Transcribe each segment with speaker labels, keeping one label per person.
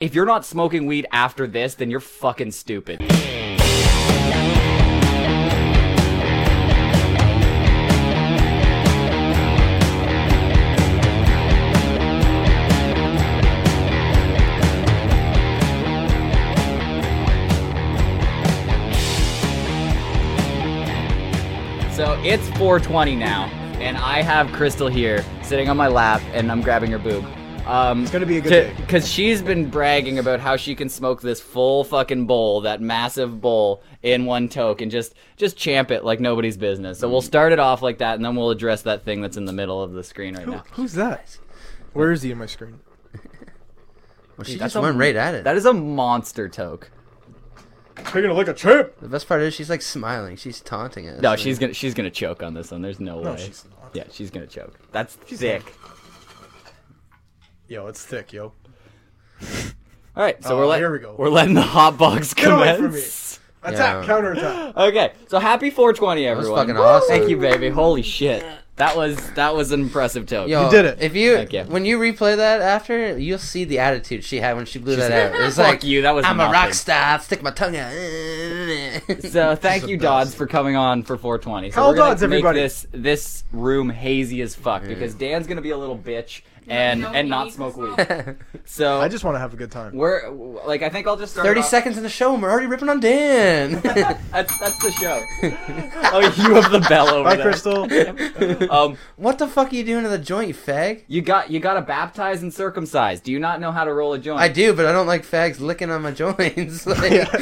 Speaker 1: If you're not smoking weed after this, then you're fucking stupid. So it's 420 now, and I have Crystal here sitting on my lap, and I'm grabbing her boob. Um, it's
Speaker 2: gonna be a good day.
Speaker 1: Because she's been bragging about how she can smoke this full fucking bowl, that massive bowl, in one toke and just just champ it like nobody's business. So we'll start it off like that, and then we'll address that thing that's in the middle of the screen right now.
Speaker 2: Who's that? Where is he in my screen?
Speaker 3: Well, she
Speaker 1: Dude, that's
Speaker 3: just
Speaker 1: a-
Speaker 3: went right at it.
Speaker 1: That is a monster toke.
Speaker 2: Taking a look at Chip.
Speaker 3: the best part is she's like smiling. She's taunting us.
Speaker 1: No,
Speaker 3: Like,
Speaker 1: she's gonna she's gonna choke on this one. There's no, way.
Speaker 2: she's not.
Speaker 1: Yeah, she's gonna choke. That's thick.
Speaker 2: Yo, it's thick, yo.
Speaker 1: All right, so
Speaker 2: Oh,
Speaker 1: we're let,
Speaker 2: here we go.
Speaker 1: We're letting the hot box
Speaker 2: Get away
Speaker 1: commence.
Speaker 2: from Attack,
Speaker 3: Yeah.
Speaker 2: counterattack.
Speaker 1: Okay, so happy 420, everyone.
Speaker 3: fucking awesome.
Speaker 1: Thank you, baby. Holy shit, that was that was an impressive toke.
Speaker 3: Yo,
Speaker 2: You did it.
Speaker 3: If you
Speaker 1: Thank you.
Speaker 3: when you replay that after, you'll see the attitude she had when she blew that out. It's
Speaker 1: Fuck
Speaker 3: like
Speaker 1: you, that was
Speaker 3: I'm a
Speaker 1: nothing."
Speaker 3: rock star. Stick my tongue out. so,
Speaker 1: So thank you,
Speaker 3: the
Speaker 1: Dodds,
Speaker 3: best.
Speaker 1: for coming on for 420. So
Speaker 2: Hell
Speaker 1: we're gonna
Speaker 2: Dodds,
Speaker 1: make
Speaker 2: everybody.
Speaker 1: this this room hazy as fuck because Dan's gonna be a little bitch and
Speaker 4: no,
Speaker 1: and
Speaker 4: he
Speaker 1: not
Speaker 4: needs
Speaker 1: smoke
Speaker 4: to
Speaker 1: weed.
Speaker 4: smoke.
Speaker 1: So
Speaker 2: I just want to have a good time.
Speaker 1: we're like I think I'll just start.
Speaker 3: Thirty
Speaker 1: off-
Speaker 3: seconds in the show, and we're already ripping on Dan.
Speaker 1: That's that's the show. oh, you have the bell over
Speaker 2: Bye,
Speaker 1: there.
Speaker 2: Crystal.
Speaker 1: Um,
Speaker 3: what the fuck are you doing to the joint, you fag?
Speaker 1: you got you got to baptize and circumcise. Do you not know how to roll a joint?
Speaker 3: I do, but I don't like fags licking on my joints. Like-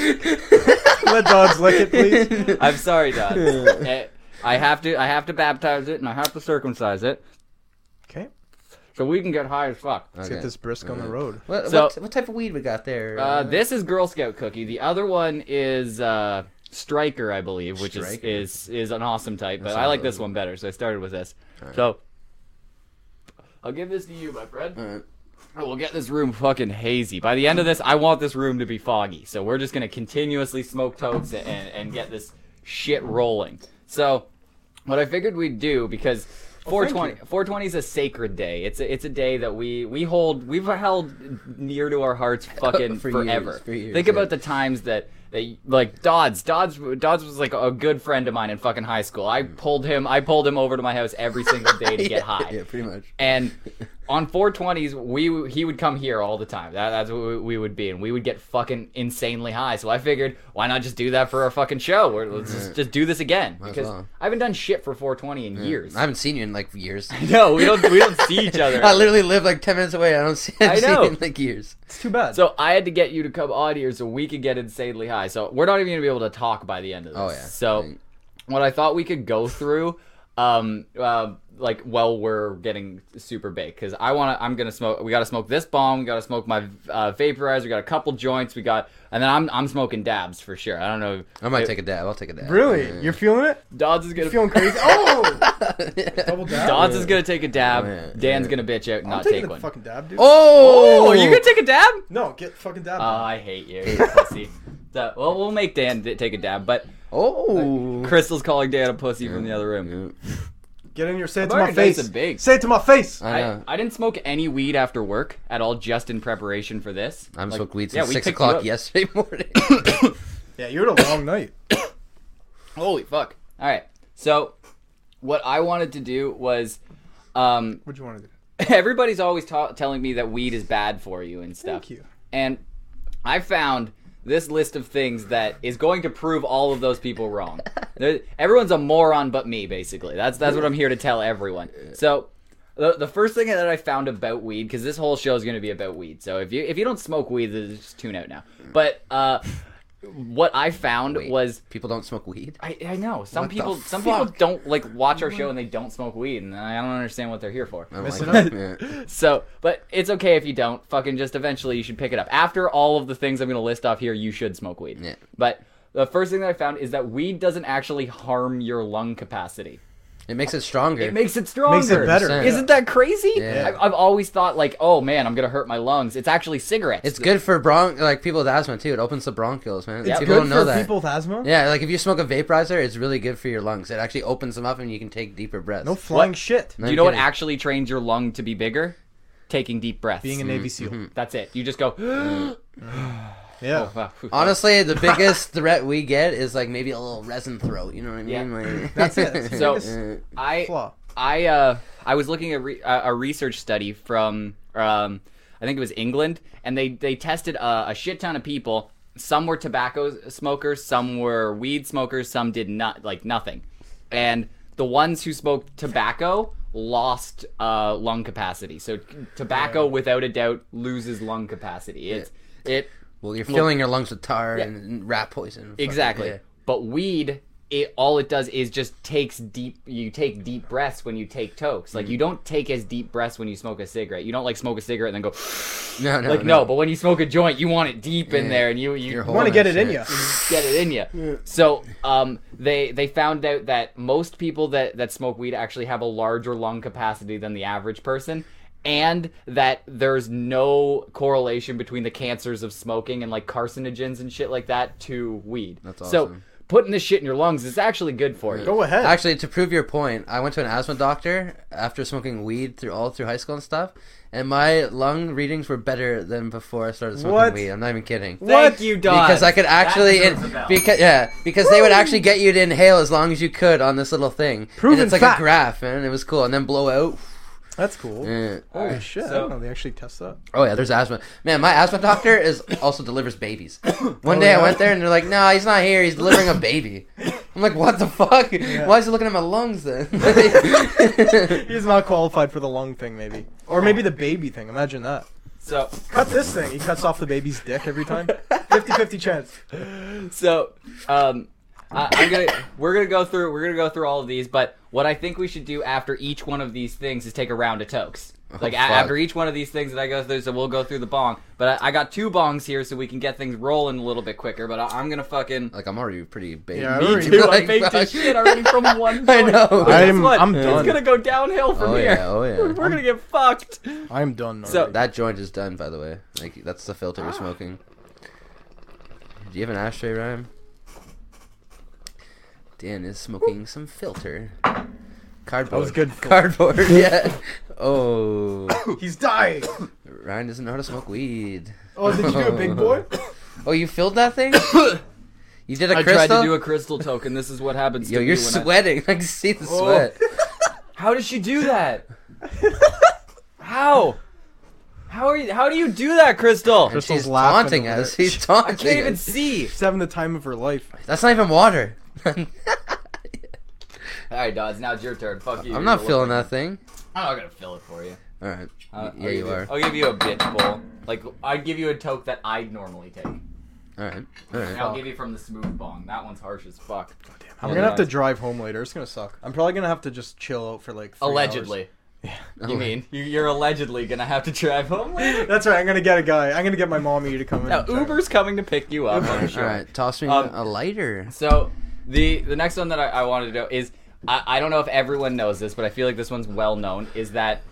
Speaker 2: Let dogs lick it, please.
Speaker 1: I'm sorry, Dad. Eh, I have to I have to baptize it and I have to circumcise it
Speaker 2: Okay,
Speaker 1: so we can get high as fuck.
Speaker 2: let's
Speaker 3: Okay.
Speaker 2: get this brisk on the road.
Speaker 3: What,
Speaker 1: So-
Speaker 3: what, what type of weed we got there?
Speaker 1: Uh, this is Girl Scout cookie. The other one is uh, Striker, I believe, which is,
Speaker 3: Striker.
Speaker 1: is is an awesome type. But
Speaker 3: That's
Speaker 1: I like
Speaker 3: awesome.
Speaker 1: this one better, so I started with this. So I'll give this to you, my friend.
Speaker 3: Alright.
Speaker 1: Oh, We'll get this room fucking hazy. By the end of this, I want this room to be foggy. So we're just gonna continuously smoke totes and, and get this shit rolling. So what I figured we'd do because
Speaker 3: Oh,
Speaker 1: 420 420 is a sacred day. It's a, it's a day that we we hold we've held near to our hearts fucking
Speaker 3: For years,
Speaker 1: forever.
Speaker 3: for years,
Speaker 1: Think
Speaker 3: yeah.
Speaker 1: about the times that that like Dodds Dodds Dodds was like a good friend of mine in fucking high school. I pulled him I pulled him over to my house every single day to get high.
Speaker 3: Yeah, pretty much.
Speaker 1: And on 420s, we he would come here all the time. That, that's what we, we would be, and we would get fucking insanely high. So I figured, why not just do that for our fucking show? Or let's just, just do this again
Speaker 3: as
Speaker 1: because
Speaker 3: well.
Speaker 1: I haven't done shit for 420 in years.
Speaker 3: I haven't seen you in like years.
Speaker 1: no, we don't we don't see each other.
Speaker 3: I literally live like ten minutes away. I don't see. I
Speaker 1: I
Speaker 3: seen
Speaker 1: know.
Speaker 3: you in like years.
Speaker 2: It's too bad.
Speaker 1: So I had to get you to come on here so we could get insanely high. So we're not even gonna be able to talk by the end of this.
Speaker 3: Oh, yeah.
Speaker 1: So what I thought we could go through, um, uh, like while we're getting super baked, because I wanna, I'm gonna smoke. We gotta smoke this bomb. We gotta smoke my uh, vaporizer. We got a couple joints. We got, and then I'm I'm smoking dabs for sure. I don't know.
Speaker 3: I might
Speaker 1: if-
Speaker 3: take a dab. I'll take a dab.
Speaker 2: really, you're feeling it?
Speaker 1: Dodds is gonna.
Speaker 2: You're feeling crazy? Oh, double dab.
Speaker 1: Dodds is gonna take a dab.
Speaker 3: Oh, yeah.
Speaker 1: Dan's
Speaker 3: Yeah.
Speaker 1: gonna bitch out and
Speaker 2: I'm
Speaker 1: not
Speaker 2: taking
Speaker 1: take
Speaker 2: the
Speaker 1: one.
Speaker 2: fucking dab, dude.
Speaker 3: Oh,
Speaker 1: Oh, you gonna take a dab?
Speaker 2: No, get fucking dab.
Speaker 1: Oh, I hate you, you pussy. So, well, we'll make Dan d- take a dab, but
Speaker 3: Oh,
Speaker 1: Crystal's calling Dan a pussy from the other room.
Speaker 2: get in here. Say it to
Speaker 1: I'm
Speaker 2: my
Speaker 1: already nice
Speaker 2: face.
Speaker 1: and big. Uh,
Speaker 2: Say it to my face.
Speaker 3: I
Speaker 1: I,
Speaker 3: know.
Speaker 1: I didn't smoke any weed after work at all, just in preparation for this.
Speaker 3: I, am
Speaker 1: Like,
Speaker 3: smoked weed
Speaker 1: yeah,
Speaker 3: since
Speaker 1: we
Speaker 3: six
Speaker 1: picked you
Speaker 3: o'clock
Speaker 1: up.
Speaker 3: yesterday morning.
Speaker 2: Yeah, you had a long night.
Speaker 1: Holy fuck! All right, so what I wanted to do was, um,
Speaker 2: What'd you want to do?
Speaker 1: everybody's always ta- telling me that weed is bad for you and stuff.
Speaker 2: Thank you.
Speaker 1: And I found this list of things that is going to prove all of those people wrong. There- Everyone's a moron but me, basically. That's that's what I'm here to tell everyone. So. The, the first thing that I found about weed, because this whole show is going to be about weed, so if you if you don't smoke weed, then just tune out now. But uh, what I found was
Speaker 3: People don't smoke weed.
Speaker 1: I, I know some
Speaker 3: What the
Speaker 1: people some people
Speaker 3: fuck?
Speaker 1: don't like watch our show and they don't smoke weed, and I don't understand what they're here for.
Speaker 3: I don't
Speaker 2: Missing
Speaker 3: like that. Yeah.
Speaker 1: So, but it's okay if you don't. Fucking just eventually you should pick it up. After all of the things I'm going to list off here, you should smoke weed.
Speaker 3: Yeah.
Speaker 1: But the first thing that I found is that weed doesn't actually harm your lung capacity.
Speaker 3: It makes it stronger.
Speaker 1: It makes it stronger.
Speaker 2: better.
Speaker 1: Isn't that crazy?
Speaker 3: Yeah.
Speaker 1: I've, I've always thought like, oh man, I'm going to hurt my lungs. It's actually cigarettes.
Speaker 3: it's good for bron like people with asthma too. It opens the bronchioles, man.
Speaker 1: Yeah.
Speaker 3: people
Speaker 2: Good
Speaker 3: don't know
Speaker 2: for
Speaker 3: that.
Speaker 2: people with asthma.
Speaker 3: Yeah, like if you smoke a vaporizer, it's really good for your lungs. It actually opens them up, and you can take deeper breaths.
Speaker 2: No flying shit.
Speaker 1: Do you know what
Speaker 3: kidding.
Speaker 1: actually trains your lung to be bigger? taking deep breaths.
Speaker 2: Being a Navy SEAL.
Speaker 1: That's it. You just go.
Speaker 3: Mm.
Speaker 2: Yeah.
Speaker 1: wow.
Speaker 3: Honestly, the biggest threat we get is like maybe a little resin throat. You know what I mean? Like, Uh,
Speaker 2: That's it. That's the
Speaker 1: So-
Speaker 2: biggest
Speaker 1: I
Speaker 2: flaw.
Speaker 1: I uh, I was looking at re- uh, a research study from um, I think it was England, and they they tested a, a shit ton of people. Some were tobacco s- smokers, some were weed smokers, some did not like nothing. And the ones who smoked tobacco lost uh, lung capacity. So t- tobacco, without a doubt, loses lung capacity. It's it
Speaker 3: well, you're filling your lungs with tar and rat poison. Fucking-
Speaker 1: Exactly.
Speaker 3: yeah.
Speaker 1: But weed, it all it does is just takes deep. You take deep breaths when you take tokes.
Speaker 3: Mm-hmm.
Speaker 1: Like you don't take as deep breaths when you smoke a cigarette. You don't like smoke a cigarette and then go
Speaker 3: No, no,
Speaker 1: like no. But when you smoke a joint, you want it deep in
Speaker 3: Yeah.
Speaker 1: there, and you you
Speaker 3: Your whole-
Speaker 2: You want to get it in you.
Speaker 3: Shit.
Speaker 1: get it in you. So um, they they found out that most people that that smoke weed actually have a larger lung capacity than the average person. And that there's no correlation between the cancers of smoking and like carcinogens and shit like that to weed. That's So
Speaker 3: awesome.
Speaker 1: putting this shit in your lungs is actually good for you.
Speaker 2: Go ahead.
Speaker 3: Actually, to prove your point, I went to an asthma doctor after smoking weed through all through high school and stuff, and my lung readings were better than before I started smoking
Speaker 2: What?
Speaker 3: weed. I'm not even kidding.
Speaker 1: Thank
Speaker 2: What?
Speaker 1: you, Don.
Speaker 3: Because I could actually,
Speaker 1: deserves a bell.
Speaker 3: because yeah, because they would actually get you to inhale as long as you could on this little thing.
Speaker 2: Proven
Speaker 3: and it's like
Speaker 2: fact.
Speaker 3: a graph, man. It was cool, and then blow out.
Speaker 2: That's cool.
Speaker 3: Eh.
Speaker 2: Holy shit! I
Speaker 1: so-
Speaker 2: don't know. They actually test that.
Speaker 3: Oh yeah, there's asthma. Man, my asthma doctor is also delivers babies. One day
Speaker 2: yeah?
Speaker 3: I went there and they're like, "No, he's not here. He's delivering a baby." I'm like, "What the fuck? Why is he looking at my lungs then?"
Speaker 2: He's not qualified for the lung thing, maybe, or maybe the baby thing. Imagine that.
Speaker 1: So
Speaker 2: Cut this thing. He cuts off the baby's dick every time. 50-50 chance.
Speaker 1: so um I, I'm gonna we're gonna go through we're gonna go through all of these, but what I think we should do after each one of these things is take a round of tokes. Like a-
Speaker 3: Oh, fuck.
Speaker 1: after each one of these things that I go through, so we'll go through the bong. But I, I got two bongs here, so we can get things rolling a little bit quicker. But I, I'm gonna fucking
Speaker 3: like I'm already pretty baby.
Speaker 2: Yeah, I
Speaker 1: me
Speaker 2: already-
Speaker 1: too. I
Speaker 3: Like,
Speaker 1: baked
Speaker 3: fuck.
Speaker 1: this shit already from one.
Speaker 3: I
Speaker 1: joint.
Speaker 3: know.
Speaker 1: But guess
Speaker 2: I'm-
Speaker 1: what?
Speaker 2: I'm
Speaker 1: It's
Speaker 2: done.
Speaker 1: gonna go downhill from
Speaker 3: Oh
Speaker 1: here.
Speaker 3: yeah, oh yeah.
Speaker 1: We're gonna get fucked.
Speaker 2: I'm done.
Speaker 1: So-
Speaker 2: already.
Speaker 3: That joint is done, by the way. Like that's the filter you're smoking. Do you have an ashtray, Ryan? Dan is smoking some filter. Cardboard.
Speaker 2: was good filter.
Speaker 3: Cardboard. yeah. Oh.
Speaker 2: he's dying.
Speaker 3: Ryan doesn't know how to smoke weed.
Speaker 2: Oh, did you do a big boy?
Speaker 3: Oh, you filled that thing? you did a
Speaker 1: I
Speaker 3: crystal?
Speaker 1: tried to do a crystal token. This is what happens.
Speaker 3: Yo,
Speaker 1: to
Speaker 3: you're
Speaker 1: me when I-
Speaker 3: sweating. I can see the
Speaker 1: Oh.
Speaker 3: sweat.
Speaker 1: How does she do that? how? How are you? How do you do that, Crystal?
Speaker 3: And
Speaker 2: Crystal's
Speaker 3: she's
Speaker 2: laughing
Speaker 3: taunting
Speaker 2: over
Speaker 3: us.
Speaker 2: there.
Speaker 3: He's taunting
Speaker 1: I can't even
Speaker 3: us.
Speaker 1: see.
Speaker 2: She's having the time of her life.
Speaker 3: That's not even water. I'm
Speaker 1: All right, Dodds. Now it's your turn. Fuck you.
Speaker 3: not
Speaker 1: You're looking-
Speaker 3: feeling that thing.
Speaker 1: I'm not gonna fill it for you.
Speaker 3: All right.
Speaker 1: Uh,
Speaker 3: yeah,
Speaker 1: I'll
Speaker 3: you
Speaker 1: give
Speaker 3: are.
Speaker 1: I'll give you a bitch bowl. Like I'd give you a toke that I'd normally take. And
Speaker 3: All right. All right.
Speaker 1: I'll give you from the smooth bong. That one's harsh as fuck.
Speaker 2: I'm
Speaker 1: Yeah.
Speaker 2: gonna have to drive home later. It's gonna suck. I'm probably gonna have to just chill out for like. Three
Speaker 1: Allegedly. You mean you- you're allegedly gonna have to drive home later?
Speaker 2: hours. That's right. I'm gonna get a guy. I'm gonna get my mommy to come in.
Speaker 1: Now
Speaker 2: and drive.
Speaker 1: Uber's coming to pick you up. I'm
Speaker 3: All
Speaker 1: sure.
Speaker 3: right. Toss me
Speaker 1: Um,
Speaker 3: a lighter.
Speaker 1: So the the next one that I, I wanted to know is I, I don't know if everyone knows this, but I feel like this one's well known. Is that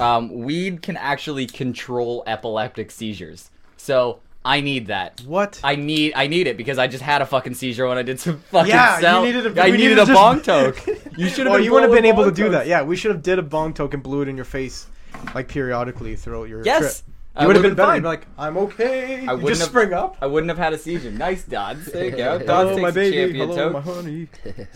Speaker 1: um, weed can actually control epileptic seizures? So I need that.
Speaker 2: What?
Speaker 1: I need I need it because I just had a fucking seizure when I did some fucking
Speaker 2: Yeah, you
Speaker 1: cell.
Speaker 2: needed a-
Speaker 1: I
Speaker 2: we
Speaker 1: needed,
Speaker 2: needed
Speaker 1: a
Speaker 2: just-
Speaker 1: bong toke. You should have.
Speaker 2: Well,
Speaker 1: been
Speaker 2: you
Speaker 1: blowing
Speaker 2: wouldn't have been able to
Speaker 1: bong
Speaker 2: do that.
Speaker 1: tokes.
Speaker 2: Yeah, we should have did a bong toke and blew it in your face, like periodically throughout your
Speaker 1: Yes.
Speaker 2: trip.
Speaker 1: I
Speaker 2: You would have
Speaker 1: would've
Speaker 2: been better.
Speaker 1: fine.
Speaker 2: You'd be like, I'm okay.
Speaker 1: I
Speaker 2: I you
Speaker 1: wouldn't
Speaker 2: just
Speaker 1: have-
Speaker 2: spring up.
Speaker 1: I wouldn't have had a seizure. Nice, Dodds. There you go. Dodds
Speaker 3: Hello,
Speaker 2: Hello,
Speaker 1: takes
Speaker 2: my
Speaker 1: the
Speaker 2: baby.
Speaker 1: champion
Speaker 2: Hello,
Speaker 1: toke.
Speaker 2: my honey.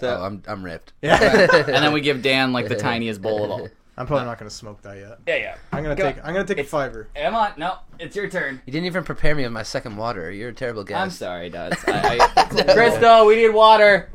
Speaker 3: oh, I'm I'm ripped.
Speaker 2: Yeah.
Speaker 1: And then we give Dan like the tiniest bowl of all.
Speaker 2: I'm probably not gonna smoke that yet.
Speaker 1: Yeah, yeah.
Speaker 2: I'm gonna
Speaker 1: Go.
Speaker 2: take. I'm gonna take a
Speaker 1: It's-
Speaker 2: fiver.
Speaker 1: Come on. No, it's your turn.
Speaker 3: You didn't even prepare me with my second water. You're a terrible guest.
Speaker 1: I'm sorry, Dodds. I, I, Crystal, we need water.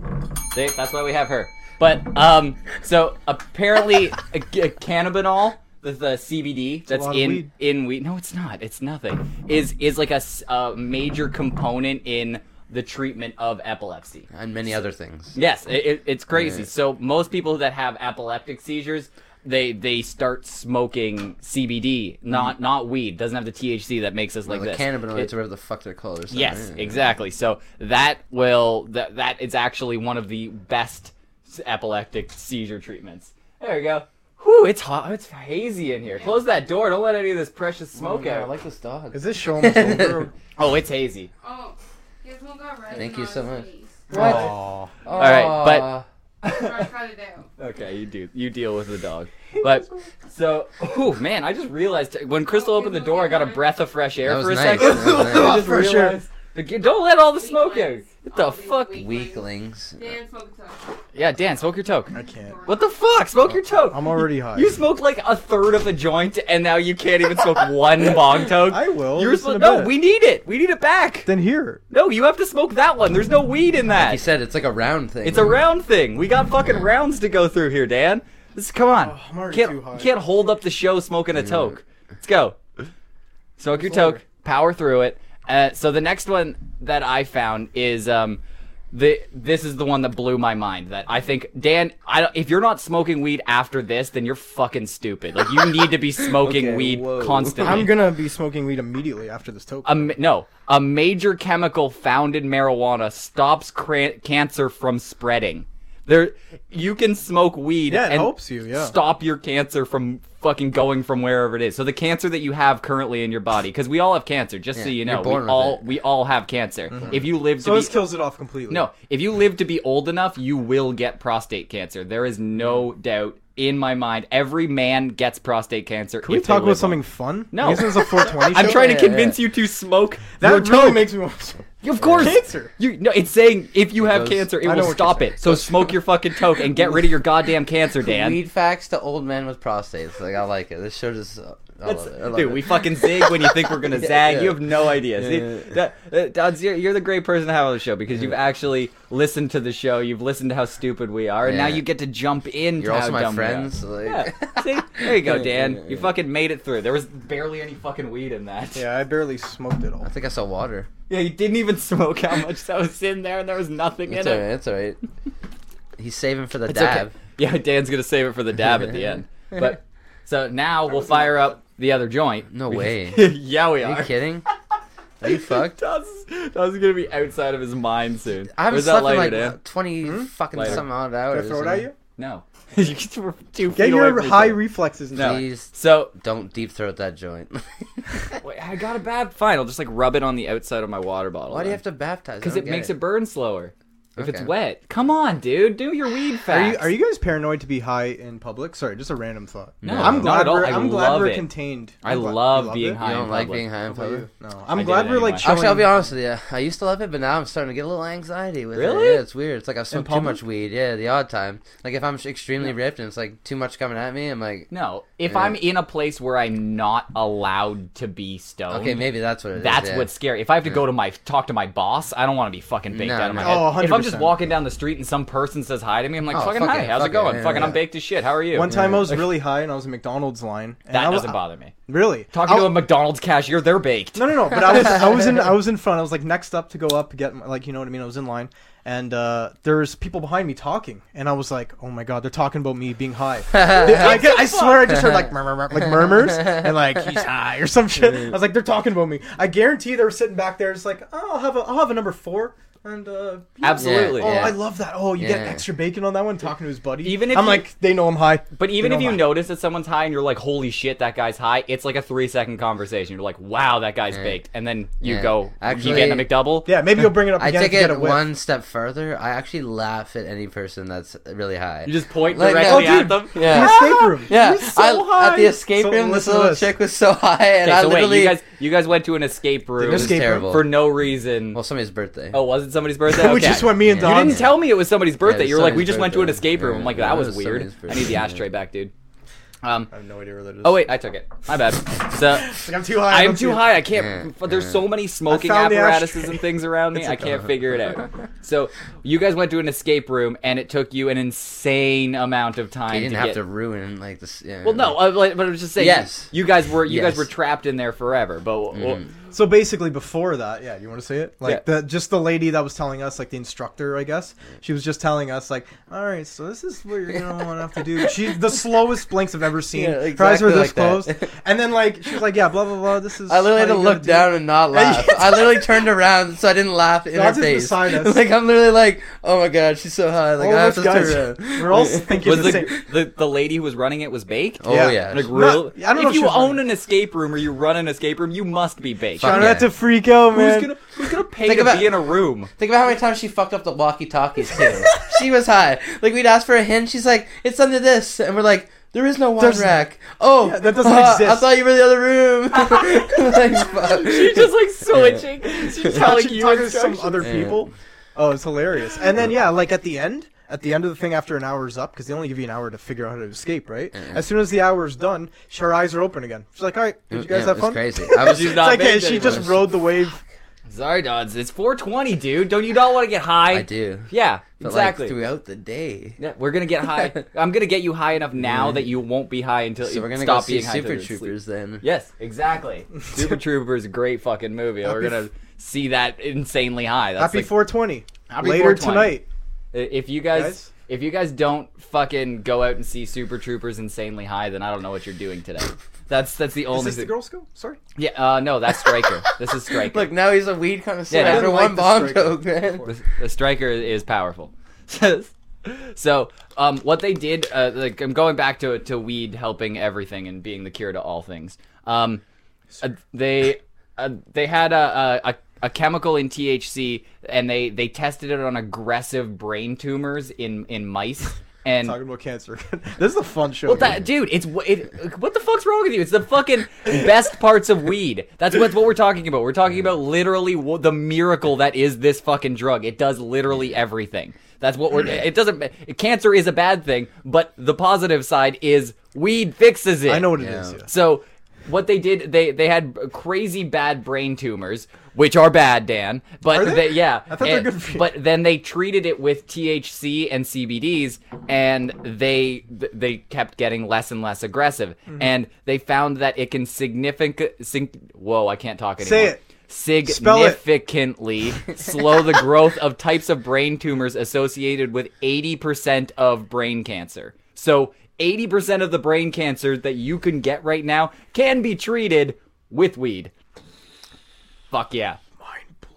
Speaker 1: See, that's why we have her. But um, so apparently, a, a cannabinol, the, the CBD that's
Speaker 2: lot of
Speaker 1: in
Speaker 2: weed.
Speaker 1: in weed. No, it's not. It's nothing. Is is like a, s- a major component in the treatment of epilepsy.
Speaker 3: And many other things.
Speaker 1: Yes, it, it, it's crazy.
Speaker 3: Yeah.
Speaker 1: So most people that have epileptic seizures, they they start smoking CBD, not not weed. Doesn't have the THC that makes us like
Speaker 3: the
Speaker 1: this.
Speaker 3: cannabinoids,
Speaker 1: It-
Speaker 3: whatever the fuck they're called. Or something.
Speaker 1: Yes,
Speaker 3: Yeah.
Speaker 1: exactly. So that will that that is actually one of the best s- epileptic seizure treatments. There we go. Whew, it's hot. It's hazy in here. Close that door. Don't let any of this precious smoke
Speaker 3: Yeah, I
Speaker 1: out.
Speaker 3: like this dog.
Speaker 2: Is this show almost over?
Speaker 3: Mm-hmm.
Speaker 1: oh, it's hazy.
Speaker 4: Oh, there's one guy right
Speaker 3: Thank you so much.
Speaker 2: What?
Speaker 1: right, but-
Speaker 4: That's what I try to do.
Speaker 1: Okay, you do. You deal with the dog. But so, oh man, I just realized when Crystal opened the door, I got a breath of fresh air
Speaker 3: That was
Speaker 1: for a
Speaker 3: nice.
Speaker 1: second.
Speaker 3: That
Speaker 1: I
Speaker 3: was nice.
Speaker 1: just
Speaker 2: Fresh air.
Speaker 1: realized- Again, Don't let all the smoke out. What the
Speaker 4: All these
Speaker 1: fuck?
Speaker 3: Weaklings.
Speaker 4: Dan smoked some.
Speaker 1: Yeah, Dan, smoke your toke.
Speaker 2: I can't.
Speaker 1: What the fuck? Smoke your toke.
Speaker 2: I'm already high.
Speaker 1: You smoked like a third of a joint, and now you can't even smoke one bong toke.
Speaker 2: I will.
Speaker 1: You were
Speaker 2: just in
Speaker 1: supposed. No,
Speaker 2: a bit.
Speaker 1: we need it. We need it back.
Speaker 2: Then here.
Speaker 1: No, you have to smoke that one. There's no weed in
Speaker 3: He
Speaker 1: that.
Speaker 3: said it's like a round thing.
Speaker 1: It's a round thing. We got fucking rounds to go through here, Dan. This, come on.
Speaker 2: Oh, I'm already
Speaker 1: can't,
Speaker 2: too high.
Speaker 1: you can't hold up the show smoking a toke. Let's go. Smoke your
Speaker 2: Slower.
Speaker 1: toke. Power through it. Uh, so the next one that I found is um, the this is the one that blew my mind. That I think Dan, I don't, if you're not smoking weed after this, then you're fucking stupid. Like you need to be smoking
Speaker 3: Okay,
Speaker 1: weed
Speaker 3: whoa.
Speaker 1: constantly.
Speaker 2: I'm gonna be smoking weed immediately after this token.
Speaker 1: a, ma- no, a major chemical found in marijuana stops cra- cancer from spreading. There, you can smoke weed.
Speaker 2: Yeah, it
Speaker 1: and
Speaker 2: helps you, yeah.
Speaker 1: stop your cancer from fucking going from wherever it is. So the cancer that you have currently in your body, because we all have cancer. Just so
Speaker 3: Yeah,
Speaker 1: you
Speaker 3: you're
Speaker 1: know, we
Speaker 3: born with
Speaker 1: all
Speaker 3: it.
Speaker 1: we all have cancer. If you live to
Speaker 2: Mm-hmm. so
Speaker 1: be
Speaker 2: this kills it off completely.
Speaker 1: no, if you live to be old enough, you will get prostate cancer. There is
Speaker 2: Mm-hmm.
Speaker 1: no doubt in my mind. Every man gets prostate cancer.
Speaker 2: Can we
Speaker 1: if they
Speaker 2: talk about
Speaker 1: live
Speaker 2: something
Speaker 1: long.
Speaker 2: fun?
Speaker 1: No.
Speaker 2: This is a 420
Speaker 1: I'm
Speaker 2: show?
Speaker 1: trying to
Speaker 3: Yeah, yeah,
Speaker 1: convince you to smoke
Speaker 2: That
Speaker 1: your
Speaker 2: really
Speaker 1: toke.
Speaker 2: makes me want to smoke.
Speaker 1: Of course.
Speaker 2: Cancer.
Speaker 1: You no, it's saying if you have
Speaker 3: goes-
Speaker 1: cancer, it
Speaker 2: I know
Speaker 1: will
Speaker 2: what
Speaker 1: stop
Speaker 2: you're
Speaker 1: it. So smoke your fucking toke and get rid of your goddamn cancer, Dan.
Speaker 3: Weed facts to old men with prostates. Like I like it. This show just. uh, I love it. I love
Speaker 1: Dude,
Speaker 3: it.
Speaker 1: we fucking zig when you think we're gonna
Speaker 3: Yeah,
Speaker 1: zag.
Speaker 3: yeah.
Speaker 1: You have no idea. See,
Speaker 3: Yeah, yeah.
Speaker 1: that- that- Dodds, you're, you're the great person to have on the show because you've actually listened to the show. You've listened to how stupid we are, and now
Speaker 3: Yeah.
Speaker 1: you get to jump in.
Speaker 3: You're
Speaker 1: to
Speaker 3: also
Speaker 1: how
Speaker 3: my
Speaker 1: dumb we are.
Speaker 3: friends. so, Like,
Speaker 1: Yeah. See, there you go, Dan.
Speaker 3: Yeah, yeah,
Speaker 1: You
Speaker 3: yeah.
Speaker 1: fucking made it through. There was barely any fucking weed in that.
Speaker 2: Yeah, I barely smoked at all.
Speaker 3: I think I saw water.
Speaker 1: Yeah, you didn't even smoke how much that was in there, and there was nothing
Speaker 3: It's
Speaker 1: in it.
Speaker 3: alright. It's alright. He's saving for the
Speaker 1: It's
Speaker 3: dab.
Speaker 1: okay. Yeah, Dan's gonna save it for the dab at the end. But so now we'll fire up the other joint.
Speaker 3: No way.
Speaker 1: yeah, we are.
Speaker 3: Are you kidding? Are you fucked?
Speaker 1: That's gonna be outside of his mind soon.
Speaker 3: I haven't
Speaker 1: Where's that later,
Speaker 3: slept in like
Speaker 1: Dan? Hmm?
Speaker 3: twenty fucking
Speaker 1: Later.
Speaker 3: some odd
Speaker 2: Can I
Speaker 3: hours.
Speaker 2: throw it at you?
Speaker 1: No, you get to- two
Speaker 2: Get
Speaker 1: feet away
Speaker 2: your
Speaker 1: from each
Speaker 2: high
Speaker 1: other.
Speaker 2: reflexes
Speaker 1: No.
Speaker 2: now.
Speaker 3: Please
Speaker 1: So
Speaker 3: don't deep throat that joint.
Speaker 1: wait, I got a bad. Fine, I'll just like rub it on the outside of my water bottle.
Speaker 3: Why do you have to baptize?
Speaker 1: Because it makes it. burn slower. If it's
Speaker 3: Okay.
Speaker 1: wet, come on, dude. Do your weed
Speaker 2: Are you,
Speaker 1: facts.
Speaker 2: are you guys paranoid to be high in public? Sorry, just a random thought.
Speaker 1: No,
Speaker 2: I'm
Speaker 1: not
Speaker 2: glad
Speaker 1: at all.
Speaker 2: we're,
Speaker 1: I
Speaker 2: I'm glad
Speaker 1: love
Speaker 2: we're
Speaker 1: it.
Speaker 2: contained.
Speaker 1: I
Speaker 2: I'm glad- you
Speaker 1: love
Speaker 2: loved
Speaker 1: being
Speaker 2: it?
Speaker 1: high.
Speaker 3: You
Speaker 1: in
Speaker 3: don't like
Speaker 1: public.
Speaker 3: being high in
Speaker 2: How about
Speaker 3: public.
Speaker 2: you? No,
Speaker 1: I
Speaker 2: I'm
Speaker 1: did
Speaker 2: glad
Speaker 1: it
Speaker 2: we're like
Speaker 1: anyway.
Speaker 2: showing.
Speaker 3: Actually, I'll be honest with you. I used to love it, but now I'm starting to get a little anxiety with
Speaker 1: Really?
Speaker 3: it. Yeah, it's weird. It's like I've smoked too
Speaker 2: public?
Speaker 3: much weed. Yeah, the odd time. Like if I'm sh- extremely ripped and it's like too much coming at me, I'm like,
Speaker 1: No, if
Speaker 3: Yeah.
Speaker 1: I'm in a place where I'm not allowed to be stoned,
Speaker 3: okay, maybe that's what it is.
Speaker 1: That's
Speaker 3: yeah.
Speaker 1: what's scary. If I have to go to my talk to my boss, I don't want to be fucking baked
Speaker 3: No,
Speaker 1: out of my
Speaker 3: no.
Speaker 1: head.
Speaker 2: Oh,
Speaker 1: if I'm just
Speaker 2: 100%.
Speaker 1: walking down the street and some person says hi to me, I'm like,
Speaker 3: Oh,
Speaker 1: fucking
Speaker 3: fuck
Speaker 1: hi,
Speaker 3: it,
Speaker 1: how's
Speaker 3: fuck
Speaker 1: it
Speaker 3: it,
Speaker 1: going?
Speaker 3: yeah,
Speaker 1: fucking,
Speaker 3: yeah.
Speaker 1: I'm baked as shit. How are you?
Speaker 2: One time I was really high and I was in McDonald's line. And
Speaker 1: that
Speaker 2: I, wa-
Speaker 1: doesn't bother me.
Speaker 2: Really?
Speaker 1: Talking
Speaker 2: I-
Speaker 1: to a McDonald's cashier, they're baked.
Speaker 2: No, no, no. But I was, I was in, I was in front. I was like next up to go up, get my, like, you know what I mean. I was in line, and uh, there was people behind me talking, and I was like, oh my god, they're talking about me being high. They- I, get- I swear, I just heard like murmur, murmur- like murmurs, and like he's high or some shit. I was like, they're talking about me. I guarantee they were sitting back there, just like, oh, I'll have a, I'll have a number four. And uh, yeah.
Speaker 1: Absolutely.
Speaker 2: Oh,
Speaker 3: Yeah.
Speaker 2: I love that. Oh, you
Speaker 3: Yeah.
Speaker 2: get extra bacon on that one. Talking to his buddy.
Speaker 1: Even if
Speaker 2: I'm
Speaker 1: you-
Speaker 2: like, they know I'm high.
Speaker 1: But even
Speaker 2: They
Speaker 1: if you
Speaker 2: I'm high.
Speaker 1: notice that someone's high and you're like, holy shit, that guy's high, it's like a three second conversation. You're like, wow, that guy's baked. And then you
Speaker 3: Yeah.
Speaker 1: go, you
Speaker 3: Actually-
Speaker 1: getting a McDouble?
Speaker 2: yeah, maybe you'll bring it up
Speaker 3: I
Speaker 2: again.
Speaker 3: take
Speaker 2: to get a
Speaker 3: it
Speaker 2: whiff.
Speaker 3: one step further. I actually laugh at any person that's really high.
Speaker 1: You just point
Speaker 3: Like,
Speaker 1: directly
Speaker 3: no.
Speaker 2: Oh,
Speaker 1: at
Speaker 2: dude.
Speaker 1: them.
Speaker 3: Yeah.
Speaker 2: The escape room.
Speaker 3: yeah,
Speaker 2: You're so
Speaker 3: I- at the
Speaker 2: high.
Speaker 3: escape
Speaker 2: So
Speaker 3: room, this
Speaker 2: listen to
Speaker 3: little
Speaker 2: this.
Speaker 3: chick was so high, and
Speaker 1: Okay,
Speaker 3: I
Speaker 1: so
Speaker 3: literally
Speaker 1: wait, you guys, you guys went to an escape room
Speaker 3: it was
Speaker 2: escape room.
Speaker 3: terrible.
Speaker 1: for no reason.
Speaker 3: well, somebody's birthday.
Speaker 1: Oh, was it somebody's birthday?
Speaker 2: Which
Speaker 1: Okay.
Speaker 2: is when me and
Speaker 3: Yeah.
Speaker 1: You
Speaker 2: Don.
Speaker 1: didn't tell me it was somebody's birthday.
Speaker 3: it's
Speaker 1: you were like, we
Speaker 3: somebody's
Speaker 1: just went to an
Speaker 3: birthday.
Speaker 1: escape room.
Speaker 3: Yeah,
Speaker 1: I'm like,
Speaker 3: yeah,
Speaker 1: that
Speaker 3: it
Speaker 1: was
Speaker 3: was
Speaker 1: weird.
Speaker 3: somebody's
Speaker 1: I need the
Speaker 3: birthday.
Speaker 1: ashtray back, dude. Um,
Speaker 2: I have no idea where that is.
Speaker 1: oh wait, I took it. My bad. So
Speaker 2: Like, I'm too high.
Speaker 1: I'm
Speaker 2: don't see
Speaker 1: too
Speaker 2: it.
Speaker 1: high. I can't.
Speaker 3: Yeah,
Speaker 1: f There's
Speaker 3: yeah.
Speaker 1: so many smoking
Speaker 2: I found the
Speaker 1: apparatuses
Speaker 2: ashtray.
Speaker 1: and things around me.
Speaker 2: It's
Speaker 1: I
Speaker 2: okay.
Speaker 1: can't figure it out. So you guys went to an escape room, and it took you an insane amount of time.
Speaker 3: you didn't
Speaker 1: to
Speaker 3: have
Speaker 1: get...
Speaker 3: to ruin like this. Yeah.
Speaker 1: Well, no, I, like, but I was just saying.
Speaker 3: Yes.
Speaker 1: You guys were you guys
Speaker 3: Yes. Mm-hmm.
Speaker 1: were trapped in there forever. But well,
Speaker 2: So basically, before that, yeah, you want to say it? Like
Speaker 1: Yeah.
Speaker 2: the just the lady that was telling us, like the instructor, I guess. She was just telling us, like, all right, so this is what you're gonna want to have to do. She the slowest blinks I've ever seen.
Speaker 3: Yeah,
Speaker 2: Her eyes were this
Speaker 3: exactly like
Speaker 2: closed,
Speaker 3: that.
Speaker 2: and then like she was like, yeah, blah blah blah. This is.
Speaker 3: I literally had
Speaker 2: how
Speaker 3: to
Speaker 2: you gotta
Speaker 3: look
Speaker 2: do
Speaker 3: down
Speaker 2: it."
Speaker 3: and not laugh. I literally turned around so I didn't laugh in
Speaker 2: Dodge
Speaker 3: her
Speaker 2: is
Speaker 3: face.
Speaker 2: beside us.
Speaker 3: like I'm literally like, oh my god, she's so high. Like
Speaker 2: All
Speaker 3: I have
Speaker 2: of
Speaker 3: to
Speaker 2: us guys,
Speaker 3: turn around.
Speaker 2: we're all thinking
Speaker 1: was
Speaker 2: the
Speaker 1: the,
Speaker 2: same.
Speaker 1: the the lady who was running it was baked?
Speaker 3: Oh
Speaker 2: Yeah.
Speaker 3: yeah.
Speaker 1: Like
Speaker 2: Not-
Speaker 1: real.
Speaker 2: I don't know
Speaker 1: if
Speaker 2: if
Speaker 1: you
Speaker 2: she was
Speaker 1: own
Speaker 2: running-
Speaker 1: an escape room or you run an escape room, you must be baked.
Speaker 3: Fuck
Speaker 2: Shout
Speaker 3: yeah.
Speaker 2: out to Freako, man.
Speaker 1: Who's gonna who's gonna pay
Speaker 3: Think
Speaker 1: to
Speaker 3: about-
Speaker 1: be in a room?
Speaker 3: Think about how many times she fucked up the walkie-talkies too. she was high. Like we'd ask for a hint, she's like, "It's under this," and we're like, "There is no wine
Speaker 2: There's-
Speaker 3: rack." Oh,
Speaker 2: Yeah, that doesn't
Speaker 3: uh, I
Speaker 2: exist.
Speaker 3: thought you were the other room. like, fuck.
Speaker 1: She's just like switching. She's telling
Speaker 2: Talking
Speaker 1: you
Speaker 2: to some
Speaker 1: instructions.
Speaker 2: other
Speaker 3: Yeah.
Speaker 2: people. Oh, it's hilarious. And then yeah, like at the end, at the end of the thing, after an hour's up, because they only give you an hour to figure out how to escape, right? As soon as the hour's done, she- her eyes are open again. She's like, "All right, did you guys
Speaker 3: Yeah,
Speaker 2: have
Speaker 3: it was
Speaker 2: fun?"
Speaker 3: Crazy. I was.
Speaker 1: She's
Speaker 2: It's
Speaker 1: not-
Speaker 2: like, hey,
Speaker 1: baked
Speaker 2: she
Speaker 1: anymore.
Speaker 2: just rode the wave.
Speaker 1: Sorry, Dodds. It's 420, dude. Don't you not want to get high?
Speaker 3: I do.
Speaker 1: Yeah,
Speaker 3: But
Speaker 1: exactly.
Speaker 3: Like, throughout the day.
Speaker 1: yeah, we're gonna get high. I'm gonna get you high enough now that you won't be high until
Speaker 3: So we're gonna
Speaker 1: stop
Speaker 3: go see
Speaker 1: being high
Speaker 3: Super
Speaker 1: until you sleep.
Speaker 3: Troopers then.
Speaker 1: Yes, exactly. Super Troopers, great fucking movie. We're
Speaker 2: Happy
Speaker 1: gonna see that insanely high. That's
Speaker 2: Happy
Speaker 1: like-
Speaker 2: 420.
Speaker 1: Happy
Speaker 2: Later
Speaker 1: 420.
Speaker 2: tonight.
Speaker 1: If you guys,
Speaker 2: Guys?
Speaker 1: if you guys don't fucking go out and see Super Troopers insanely high, then I don't know what you're doing today. That's that's the
Speaker 2: Is
Speaker 1: only.
Speaker 2: this the
Speaker 1: thing.
Speaker 2: girl school? Sorry.
Speaker 1: Yeah, uh, no, that's Striker. this is Striker.
Speaker 3: Look, now he's a weed connoisseur
Speaker 1: Yeah, I
Speaker 3: after
Speaker 2: didn't like
Speaker 3: one bomb
Speaker 2: the
Speaker 3: joke, man.
Speaker 1: The, the striker is powerful. so, um, what they did, uh, like I'm going back to to weed helping everything and being the cure to all things. Um, uh, they uh, they had a, a a- a chemical in THC and they they tested it on aggressive brain tumors in in mice and.
Speaker 2: Talking about cancer. this is a fun show.
Speaker 1: Well, that, dude, it's wh- it, what the fuck's wrong with you? It's the fucking best parts of weed. That's what, what we're talking about. We're talking about literally wh- the miracle that is this fucking drug. It does literally everything. That's what we're. It doesn't. Cancer is a bad thing, but the positive side is weed fixes it.
Speaker 2: I know what it
Speaker 3: Yeah.
Speaker 2: is. yeah.
Speaker 1: So what they did, they they had crazy bad brain tumors, which are bad, Dan. But
Speaker 2: Are they?
Speaker 1: yeah,
Speaker 2: I thought they were
Speaker 1: and-
Speaker 2: good for you.
Speaker 1: But then they treated it with THC and CBDs, and they th- they kept getting less and less aggressive,
Speaker 2: Mm-hmm.
Speaker 1: and they found that it can significant. Sig- Whoa, I can't talk anymore.
Speaker 2: Say it. Spell it.
Speaker 1: Significantly slow the growth of types of brain tumors associated with 80% of brain cancer. So, 80% of the brain cancer that you can get right now can be treated with weed. Fuck yeah.
Speaker 2: Mind blow.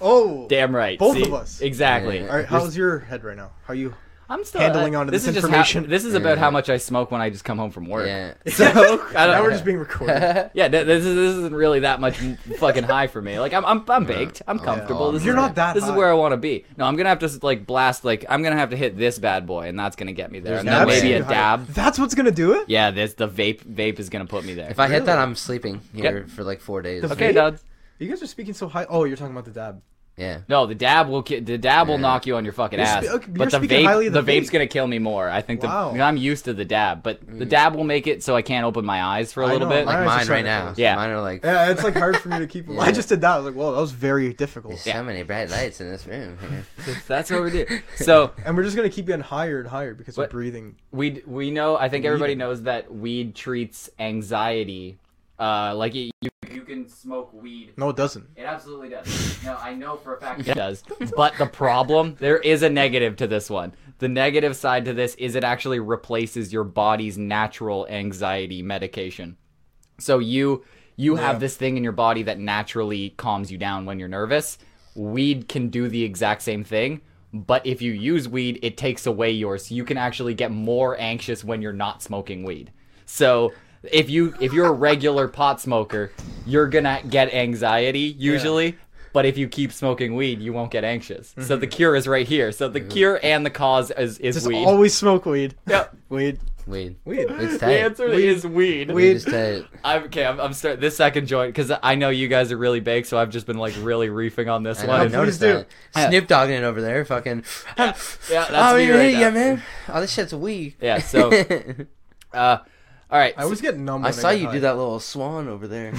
Speaker 2: Oh.
Speaker 1: Damn right.
Speaker 2: Both of us.
Speaker 1: Exactly.
Speaker 2: All right, how's your head right now? How you?
Speaker 1: I'm still uh,
Speaker 2: handling onto
Speaker 1: this
Speaker 2: this
Speaker 1: is just
Speaker 2: information.
Speaker 1: How, this is about how much I smoke when I just come home from work.
Speaker 3: Yeah.
Speaker 1: So, I don't,
Speaker 2: Now we're just being recorded.
Speaker 1: yeah, th- this, is, this isn't really that much fucking high for me. Like, I'm, I'm, I'm baked. I'm comfortable.
Speaker 3: Oh,
Speaker 1: This is-
Speaker 2: You're not that
Speaker 1: This
Speaker 2: high.
Speaker 1: is where I want to be. No, I'm gonna have to like blast. Like I'm gonna have to hit this bad boy, and that's gonna get me there.
Speaker 3: There's
Speaker 1: and
Speaker 3: no
Speaker 1: then
Speaker 3: way.
Speaker 1: maybe a
Speaker 2: Too high.
Speaker 1: dab.
Speaker 2: That's what's gonna do it.
Speaker 1: Yeah, this the vape vape is gonna put me there.
Speaker 3: If I hit that, I'm sleeping here for like four days.
Speaker 2: The
Speaker 1: okay,
Speaker 2: vape?
Speaker 1: duds.
Speaker 2: You guys are speaking so high. Oh, you're talking about the dab.
Speaker 3: Yeah.
Speaker 1: No, the dab will ki- the dab will knock you on your fucking
Speaker 2: You're
Speaker 1: ass.
Speaker 2: spe- okay, you're
Speaker 1: but the
Speaker 2: speaking highly
Speaker 1: vape
Speaker 2: of
Speaker 1: the,
Speaker 2: the
Speaker 1: vape's
Speaker 2: vape. Mm.
Speaker 1: gonna kill me more. I think the
Speaker 2: Wow.
Speaker 1: I'm used to the dab, but the dab will make it so I can't open my eyes for a
Speaker 2: I
Speaker 1: little
Speaker 2: know,
Speaker 1: bit.
Speaker 2: my
Speaker 1: Like,
Speaker 2: eyes-
Speaker 3: Mine
Speaker 2: just
Speaker 3: right
Speaker 2: trying to
Speaker 3: now.
Speaker 2: close.
Speaker 1: Yeah.
Speaker 3: Mine are like
Speaker 2: Yeah, it's like hard for me to keep. I just did that. I was like, whoa, that was very difficult.
Speaker 3: so many bright lights in this room. here.
Speaker 1: that's what we do. So
Speaker 2: And we're just gonna keep getting higher and higher because
Speaker 1: What?
Speaker 2: we're breathing.
Speaker 1: we we know I think everybody
Speaker 2: Weed.
Speaker 1: knows that weed treats anxiety. Uh, like it, you you can smoke weed
Speaker 2: No, it doesn't.
Speaker 1: It absolutely does. No, I know for a fact it does. But the problem, there is a negative to this one. The negative side to this is it actually replaces your body's natural anxiety medication. So you you have this thing in your body that naturally calms you down when you're nervous. Weed can do the exact same thing, but if you use weed, it takes away yours. So you can actually get more anxious when you're not smoking weed. So if you if you're a regular pot smoker, you're gonna get anxiety usually. But if you keep smoking weed, you won't get anxious. So the cure is right here. So the cure and the cause is, is
Speaker 2: Just
Speaker 1: weed.
Speaker 2: always smoke weed.
Speaker 1: Yep.
Speaker 2: Weed.
Speaker 3: Weed.
Speaker 2: Weed.
Speaker 3: It's
Speaker 1: the
Speaker 3: tight.
Speaker 1: answer is weed.
Speaker 3: Weed is tight.
Speaker 1: I'm, okay, I'm, I'm starting this second joint because I know you guys are really big, so I've just been like really reefing on this
Speaker 3: I
Speaker 1: one.
Speaker 3: know,
Speaker 2: please
Speaker 3: noticed
Speaker 2: do.
Speaker 3: that. Snoop dogging it over there, fucking. Yeah,
Speaker 1: that's
Speaker 3: oh,
Speaker 1: me
Speaker 3: you
Speaker 1: right
Speaker 3: hit
Speaker 1: now.
Speaker 3: ya, man. Oh, this shit's weak.
Speaker 1: Yeah, so- Uh, all right,
Speaker 2: I always get numb.
Speaker 3: I
Speaker 2: when
Speaker 3: saw
Speaker 2: get
Speaker 3: you
Speaker 2: high.
Speaker 3: do that little swan over there.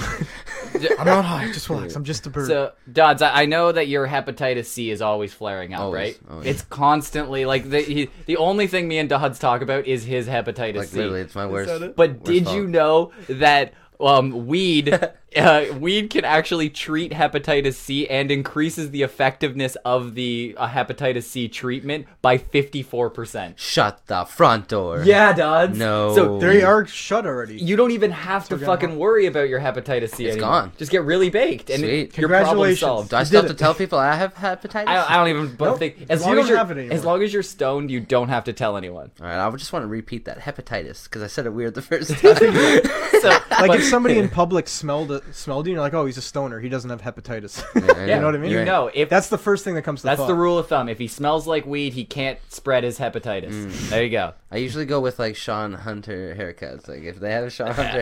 Speaker 2: I'm not high. Just relax. I'm just a bird.
Speaker 1: so Dodds, I, I know that your hepatitis C is always flaring up,
Speaker 3: Always,
Speaker 1: right?
Speaker 3: always.
Speaker 1: It's constantly like the he, the only thing me and Dodds talk about is his hepatitis
Speaker 3: like
Speaker 1: C.
Speaker 3: literally, it's my worst.
Speaker 2: that it?
Speaker 1: But did
Speaker 3: fault.
Speaker 1: you know that um, weed uh, weed can actually treat hepatitis C and increases the effectiveness of the uh, hepatitis C treatment by fifty four percent?
Speaker 3: Shut the front door.
Speaker 1: Yeah, Dodds.
Speaker 3: No.
Speaker 1: So
Speaker 2: there you are. Shut already.
Speaker 1: You don't even have to
Speaker 2: we're gonna
Speaker 1: fucking worry about your hepatitis C
Speaker 3: It's
Speaker 1: anymore.
Speaker 3: gone.
Speaker 1: Just get really baked and
Speaker 3: Sweet.
Speaker 1: your problem
Speaker 2: Congratulations.
Speaker 1: solved.
Speaker 3: Do I
Speaker 2: You
Speaker 3: still
Speaker 2: did
Speaker 3: have to
Speaker 2: it.
Speaker 3: tell people I have hepatitis?
Speaker 1: I, I don't even but
Speaker 2: Nope.
Speaker 1: think as
Speaker 2: You
Speaker 1: long
Speaker 2: don't
Speaker 1: as you're
Speaker 2: have it anymore.
Speaker 1: as long as you're stoned, you don't have to tell anyone.
Speaker 3: All right, I just want to repeat that hepatitis because I said it weird the first time.
Speaker 1: So
Speaker 2: like
Speaker 1: but-
Speaker 2: if somebody in public smelled a, smelled you, and you're like, oh, he's a stoner. He doesn't have hepatitis.
Speaker 3: Yeah,
Speaker 2: you know what I mean?
Speaker 1: You
Speaker 3: Right.
Speaker 1: know, if
Speaker 2: That's the first thing that comes to
Speaker 1: That's
Speaker 2: thought.
Speaker 1: the rule of thumb. If he smells like weed, he can't spread his hepatitis.
Speaker 2: Mm.
Speaker 1: There you go.
Speaker 3: I usually go with like Sean Hunter haircuts. Like if they have a Sean Hunter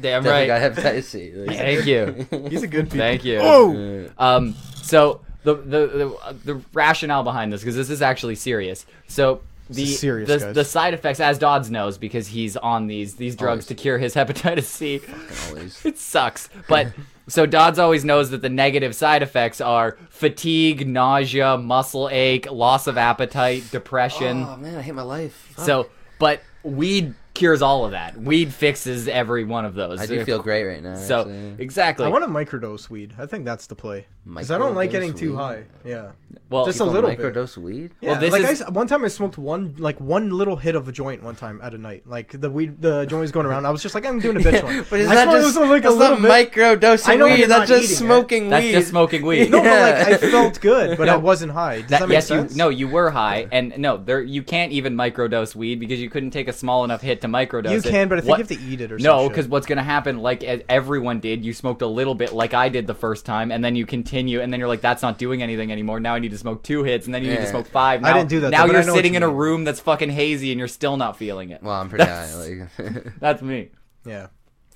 Speaker 1: Damn
Speaker 3: definitely
Speaker 1: right.
Speaker 3: Got hepatitis C. Like-
Speaker 1: Thank you.
Speaker 2: He's a good. People.
Speaker 1: Thank you.
Speaker 2: Oh,
Speaker 3: Uh,
Speaker 1: Um, so the the the, uh, the rationale behind this because this is actually serious. So the
Speaker 2: is serious,
Speaker 1: the,
Speaker 2: guys. Oh,
Speaker 1: the side effects, as Dodds knows, because he's on these these drugs
Speaker 3: Always.
Speaker 1: to cure his hepatitis C.
Speaker 3: always.
Speaker 1: It sucks, but so Dodds always knows that the negative side effects are fatigue, nausea, muscle ache, loss of appetite, depression.
Speaker 3: Oh man, I hate my life. Fuck.
Speaker 1: So, but weed cures all of that. Weed fixes every one of those.
Speaker 3: I do feel great right now.
Speaker 1: so
Speaker 3: actually.
Speaker 1: exactly.
Speaker 2: I want to microdose weed. I think that's the play. Because I don't like
Speaker 3: Microdose
Speaker 2: getting too
Speaker 3: weed?
Speaker 2: high. Yeah.
Speaker 1: well,
Speaker 2: just a little bit.
Speaker 3: microdose weed.
Speaker 2: Yeah,
Speaker 1: this
Speaker 2: like I
Speaker 1: is-
Speaker 2: s one time I smoked one like one little hit of a joint one time at a night. Like the weed, the joint was going around. I was just like, I'm doing a bitch one.
Speaker 3: but is
Speaker 2: I
Speaker 3: that
Speaker 2: smoked
Speaker 3: just
Speaker 2: it was, like a
Speaker 3: that's
Speaker 2: little
Speaker 3: not
Speaker 2: bit. I
Speaker 3: microdosing
Speaker 2: know
Speaker 3: weed?
Speaker 2: you're
Speaker 3: That's
Speaker 2: not
Speaker 3: just
Speaker 2: eating it.
Speaker 3: smoking
Speaker 1: that's
Speaker 3: weed.
Speaker 1: just smoking weed.
Speaker 2: no, but like
Speaker 3: Yeah.
Speaker 2: I felt good, but I
Speaker 1: No.
Speaker 2: wasn't high. Does that,
Speaker 1: That-
Speaker 2: make
Speaker 1: yes,
Speaker 2: sense?
Speaker 1: you no, you were high, and no, there you can't even microdose weed because you couldn't take a small enough hit to microdose.
Speaker 2: you
Speaker 1: it.
Speaker 2: can, but I think
Speaker 1: What-
Speaker 2: you have to eat it or
Speaker 1: no, because
Speaker 2: because
Speaker 1: what's gonna happen, like as everyone did, you smoked a little bit, like I did the first time, and then you continue, and then you're like, "That's not doing anything anymore." Now I need to smoke two hits, and then you need
Speaker 3: Yeah.
Speaker 1: to smoke five.
Speaker 2: I
Speaker 1: Now,
Speaker 2: didn't do that,
Speaker 1: Now
Speaker 2: though, but I
Speaker 1: you're
Speaker 2: know what
Speaker 1: sitting
Speaker 2: you
Speaker 1: in a
Speaker 2: mean.
Speaker 1: room that's fucking hazy, and you're still not feeling it.
Speaker 3: well, I'm pretty high.
Speaker 1: That's-
Speaker 3: Like,
Speaker 1: That's me.
Speaker 2: yeah,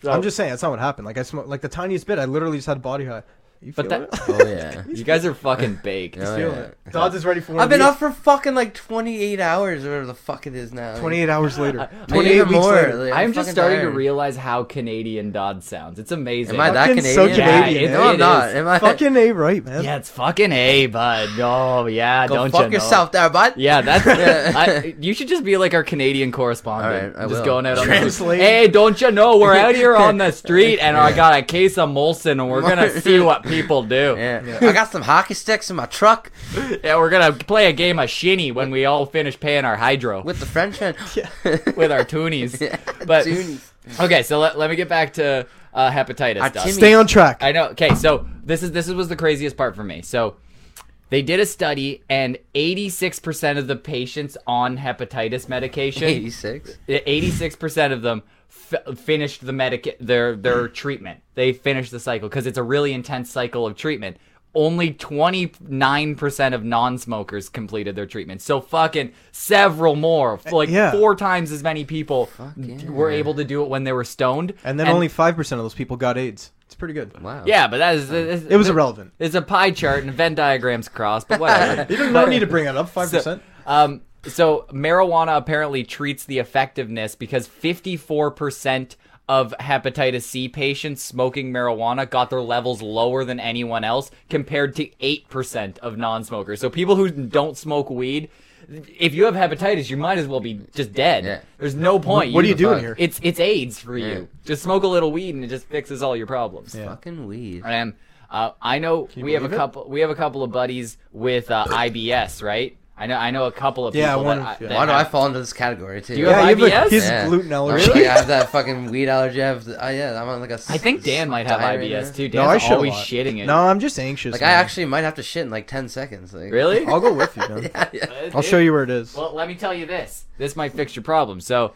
Speaker 1: So-
Speaker 2: I'm just saying that's not what happened. Like I smoked like the tiniest bit. I literally just had body high. You feel
Speaker 1: But that-
Speaker 2: it?
Speaker 3: oh yeah.
Speaker 1: You guys are fucking baked.
Speaker 3: Yeah.
Speaker 2: You
Speaker 3: Oh,
Speaker 2: feel it. Dodds is ready for one.
Speaker 3: I've
Speaker 2: of
Speaker 3: been
Speaker 2: these.
Speaker 3: up for fucking like 28 hours or whatever the fuck it is now. Like,
Speaker 2: 28 hours later.
Speaker 1: I- I-
Speaker 2: 28
Speaker 3: even
Speaker 2: weeks
Speaker 3: more,
Speaker 2: later.
Speaker 3: like,
Speaker 1: I'm just
Speaker 3: fucking
Speaker 1: starting to
Speaker 3: tired.
Speaker 1: realize how Canadian Dodd sounds. It's amazing.
Speaker 3: Am I that
Speaker 2: Fucking
Speaker 3: Canadian?
Speaker 2: so
Speaker 1: Yeah,
Speaker 2: Canadian,
Speaker 1: it-
Speaker 2: eh?
Speaker 3: no, I'm
Speaker 1: it
Speaker 3: not.
Speaker 1: is.
Speaker 3: Am I?
Speaker 2: Fucking a right, man.
Speaker 1: Yeah, it's fucking A, bud. Oh, yeah,
Speaker 3: Go
Speaker 1: don't
Speaker 3: fuck
Speaker 1: you know?
Speaker 3: yourself there, bud.
Speaker 1: Yeah, that's.
Speaker 3: Yeah.
Speaker 1: I, you should just be like our Canadian correspondent.
Speaker 3: All right, I
Speaker 1: just
Speaker 3: will.
Speaker 1: going out on the
Speaker 2: Translate.
Speaker 1: Hey, don't you know we're out here on the street and I
Speaker 3: Yeah.
Speaker 1: got a case of Molson and we're gonna see what people do. Yeah.
Speaker 3: Yeah. I got some hockey sticks in my truck
Speaker 1: we're gonna play a game of shinny when we all finish paying our hydro with,
Speaker 3: with the Frenchman.
Speaker 2: Yeah.
Speaker 1: our toonies.
Speaker 3: Yeah,
Speaker 1: But-
Speaker 3: Dude,
Speaker 1: Okay, so let, let me get back to uh, hepatitis.
Speaker 3: Our
Speaker 1: stuff.
Speaker 3: Ah, Timmy-
Speaker 2: Stay on track.
Speaker 1: I know. Okay, so this is this was the craziest part for me. So they did a study, and 86% of the patients on hepatitis medication,
Speaker 3: 86.
Speaker 1: 86% of them f- finished the medic their their treatment. They finished the cycle because it's a really intense cycle of treatment. Only 29% of non-smokers completed their treatment. So fucking several more, f- like
Speaker 2: Eh, yeah.
Speaker 1: four times as many people
Speaker 3: yeah.
Speaker 1: were able to do it when they were stoned.
Speaker 2: And then only 5% of those people got AIDS. It's pretty good.
Speaker 3: Wow.
Speaker 1: yeah, but that is it
Speaker 2: It was irrelevant.
Speaker 1: There's a pie chart and Venn diagrams crossed, but whatever.
Speaker 2: You don't no need to bring that up. 5%.
Speaker 1: So, um, so marijuana apparently treats the effectiveness because 54% of hepatitis C patients smoking marijuana got their levels lower than anyone else compared to 8% of non-smokers. So people who don't smoke weed, if you have hepatitis, you might as well be just dead.
Speaker 3: Yeah.
Speaker 1: There's no point.
Speaker 2: what are you
Speaker 3: fuck.
Speaker 2: doing here?
Speaker 1: It's it's AIDS for
Speaker 3: Yeah.
Speaker 1: you. Just smoke a little weed and it just fixes all your problems.
Speaker 2: Yeah.
Speaker 3: Fucking weed.
Speaker 1: And uh, I know we have a
Speaker 2: believe it?
Speaker 1: couple. We have a couple of buddies with uh, IBS, right? I know. I know a couple of
Speaker 2: Yeah,
Speaker 1: people.
Speaker 2: one
Speaker 1: that
Speaker 2: of-
Speaker 1: I-
Speaker 2: yeah.
Speaker 1: that
Speaker 3: Why do I
Speaker 1: have-
Speaker 3: fall into this category too?
Speaker 1: Do you have
Speaker 2: you have
Speaker 1: IBS?
Speaker 2: his
Speaker 1: Yeah.
Speaker 2: gluten allergy.
Speaker 3: I'm like, I have that fucking weed allergy. I have. The, I- yeah, I'm on like a.
Speaker 1: I think Dan might have IBS too.
Speaker 2: No,
Speaker 1: Dan's
Speaker 2: I should.
Speaker 1: always shitting it.
Speaker 2: No, I'm just anxious.
Speaker 3: Like I
Speaker 2: man.
Speaker 3: actually might have to shit in like 10 seconds. Like
Speaker 1: really?
Speaker 2: I'll go with you, man.
Speaker 3: Yeah, yeah.
Speaker 2: I'll show you where it is.
Speaker 1: Well, let me tell you this. This might fix your problem. So,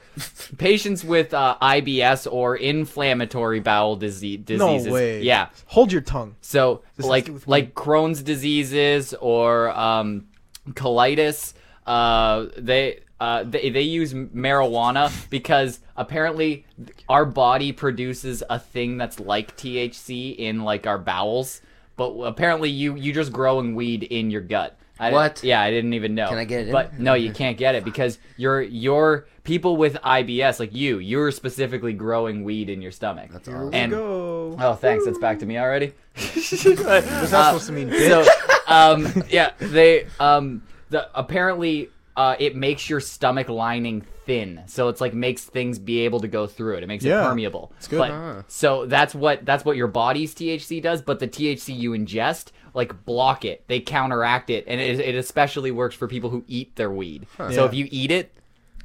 Speaker 1: patients with uh, IBS or inflammatory bowel disease
Speaker 2: No
Speaker 1: diseases.
Speaker 2: way.
Speaker 1: Yeah.
Speaker 2: Hold your tongue.
Speaker 1: So
Speaker 2: has
Speaker 1: like
Speaker 2: to do with
Speaker 1: like Crohn's diseases or um, colitis, uh, they. Uh, they, they use marijuana because apparently our body produces a thing that's like THC in like our bowels, but apparently you you just growing weed in your gut. I,
Speaker 3: What?
Speaker 1: Yeah, I didn't even know.
Speaker 3: Can I get it in?
Speaker 1: But no, you can't get it because your your people with IBS like you, you're specifically growing weed in your stomach. That's
Speaker 3: Here we
Speaker 2: Here we
Speaker 1: and,
Speaker 2: go.
Speaker 1: Oh, thanks. It's back to me already.
Speaker 2: Was that supposed to mean bitch?
Speaker 1: So, um, yeah, they um, the apparently uh, it makes your stomach lining thin, so it's like makes things be able to go through it. It makes
Speaker 2: Yeah.
Speaker 1: it permeable. It's
Speaker 2: good.
Speaker 1: But,
Speaker 3: Ah.
Speaker 1: So that's what that's what your body's THC does, but the THC you ingest like block it. They counteract it, and it, it especially works for people who eat their weed. So
Speaker 2: Yeah.
Speaker 1: if you eat it,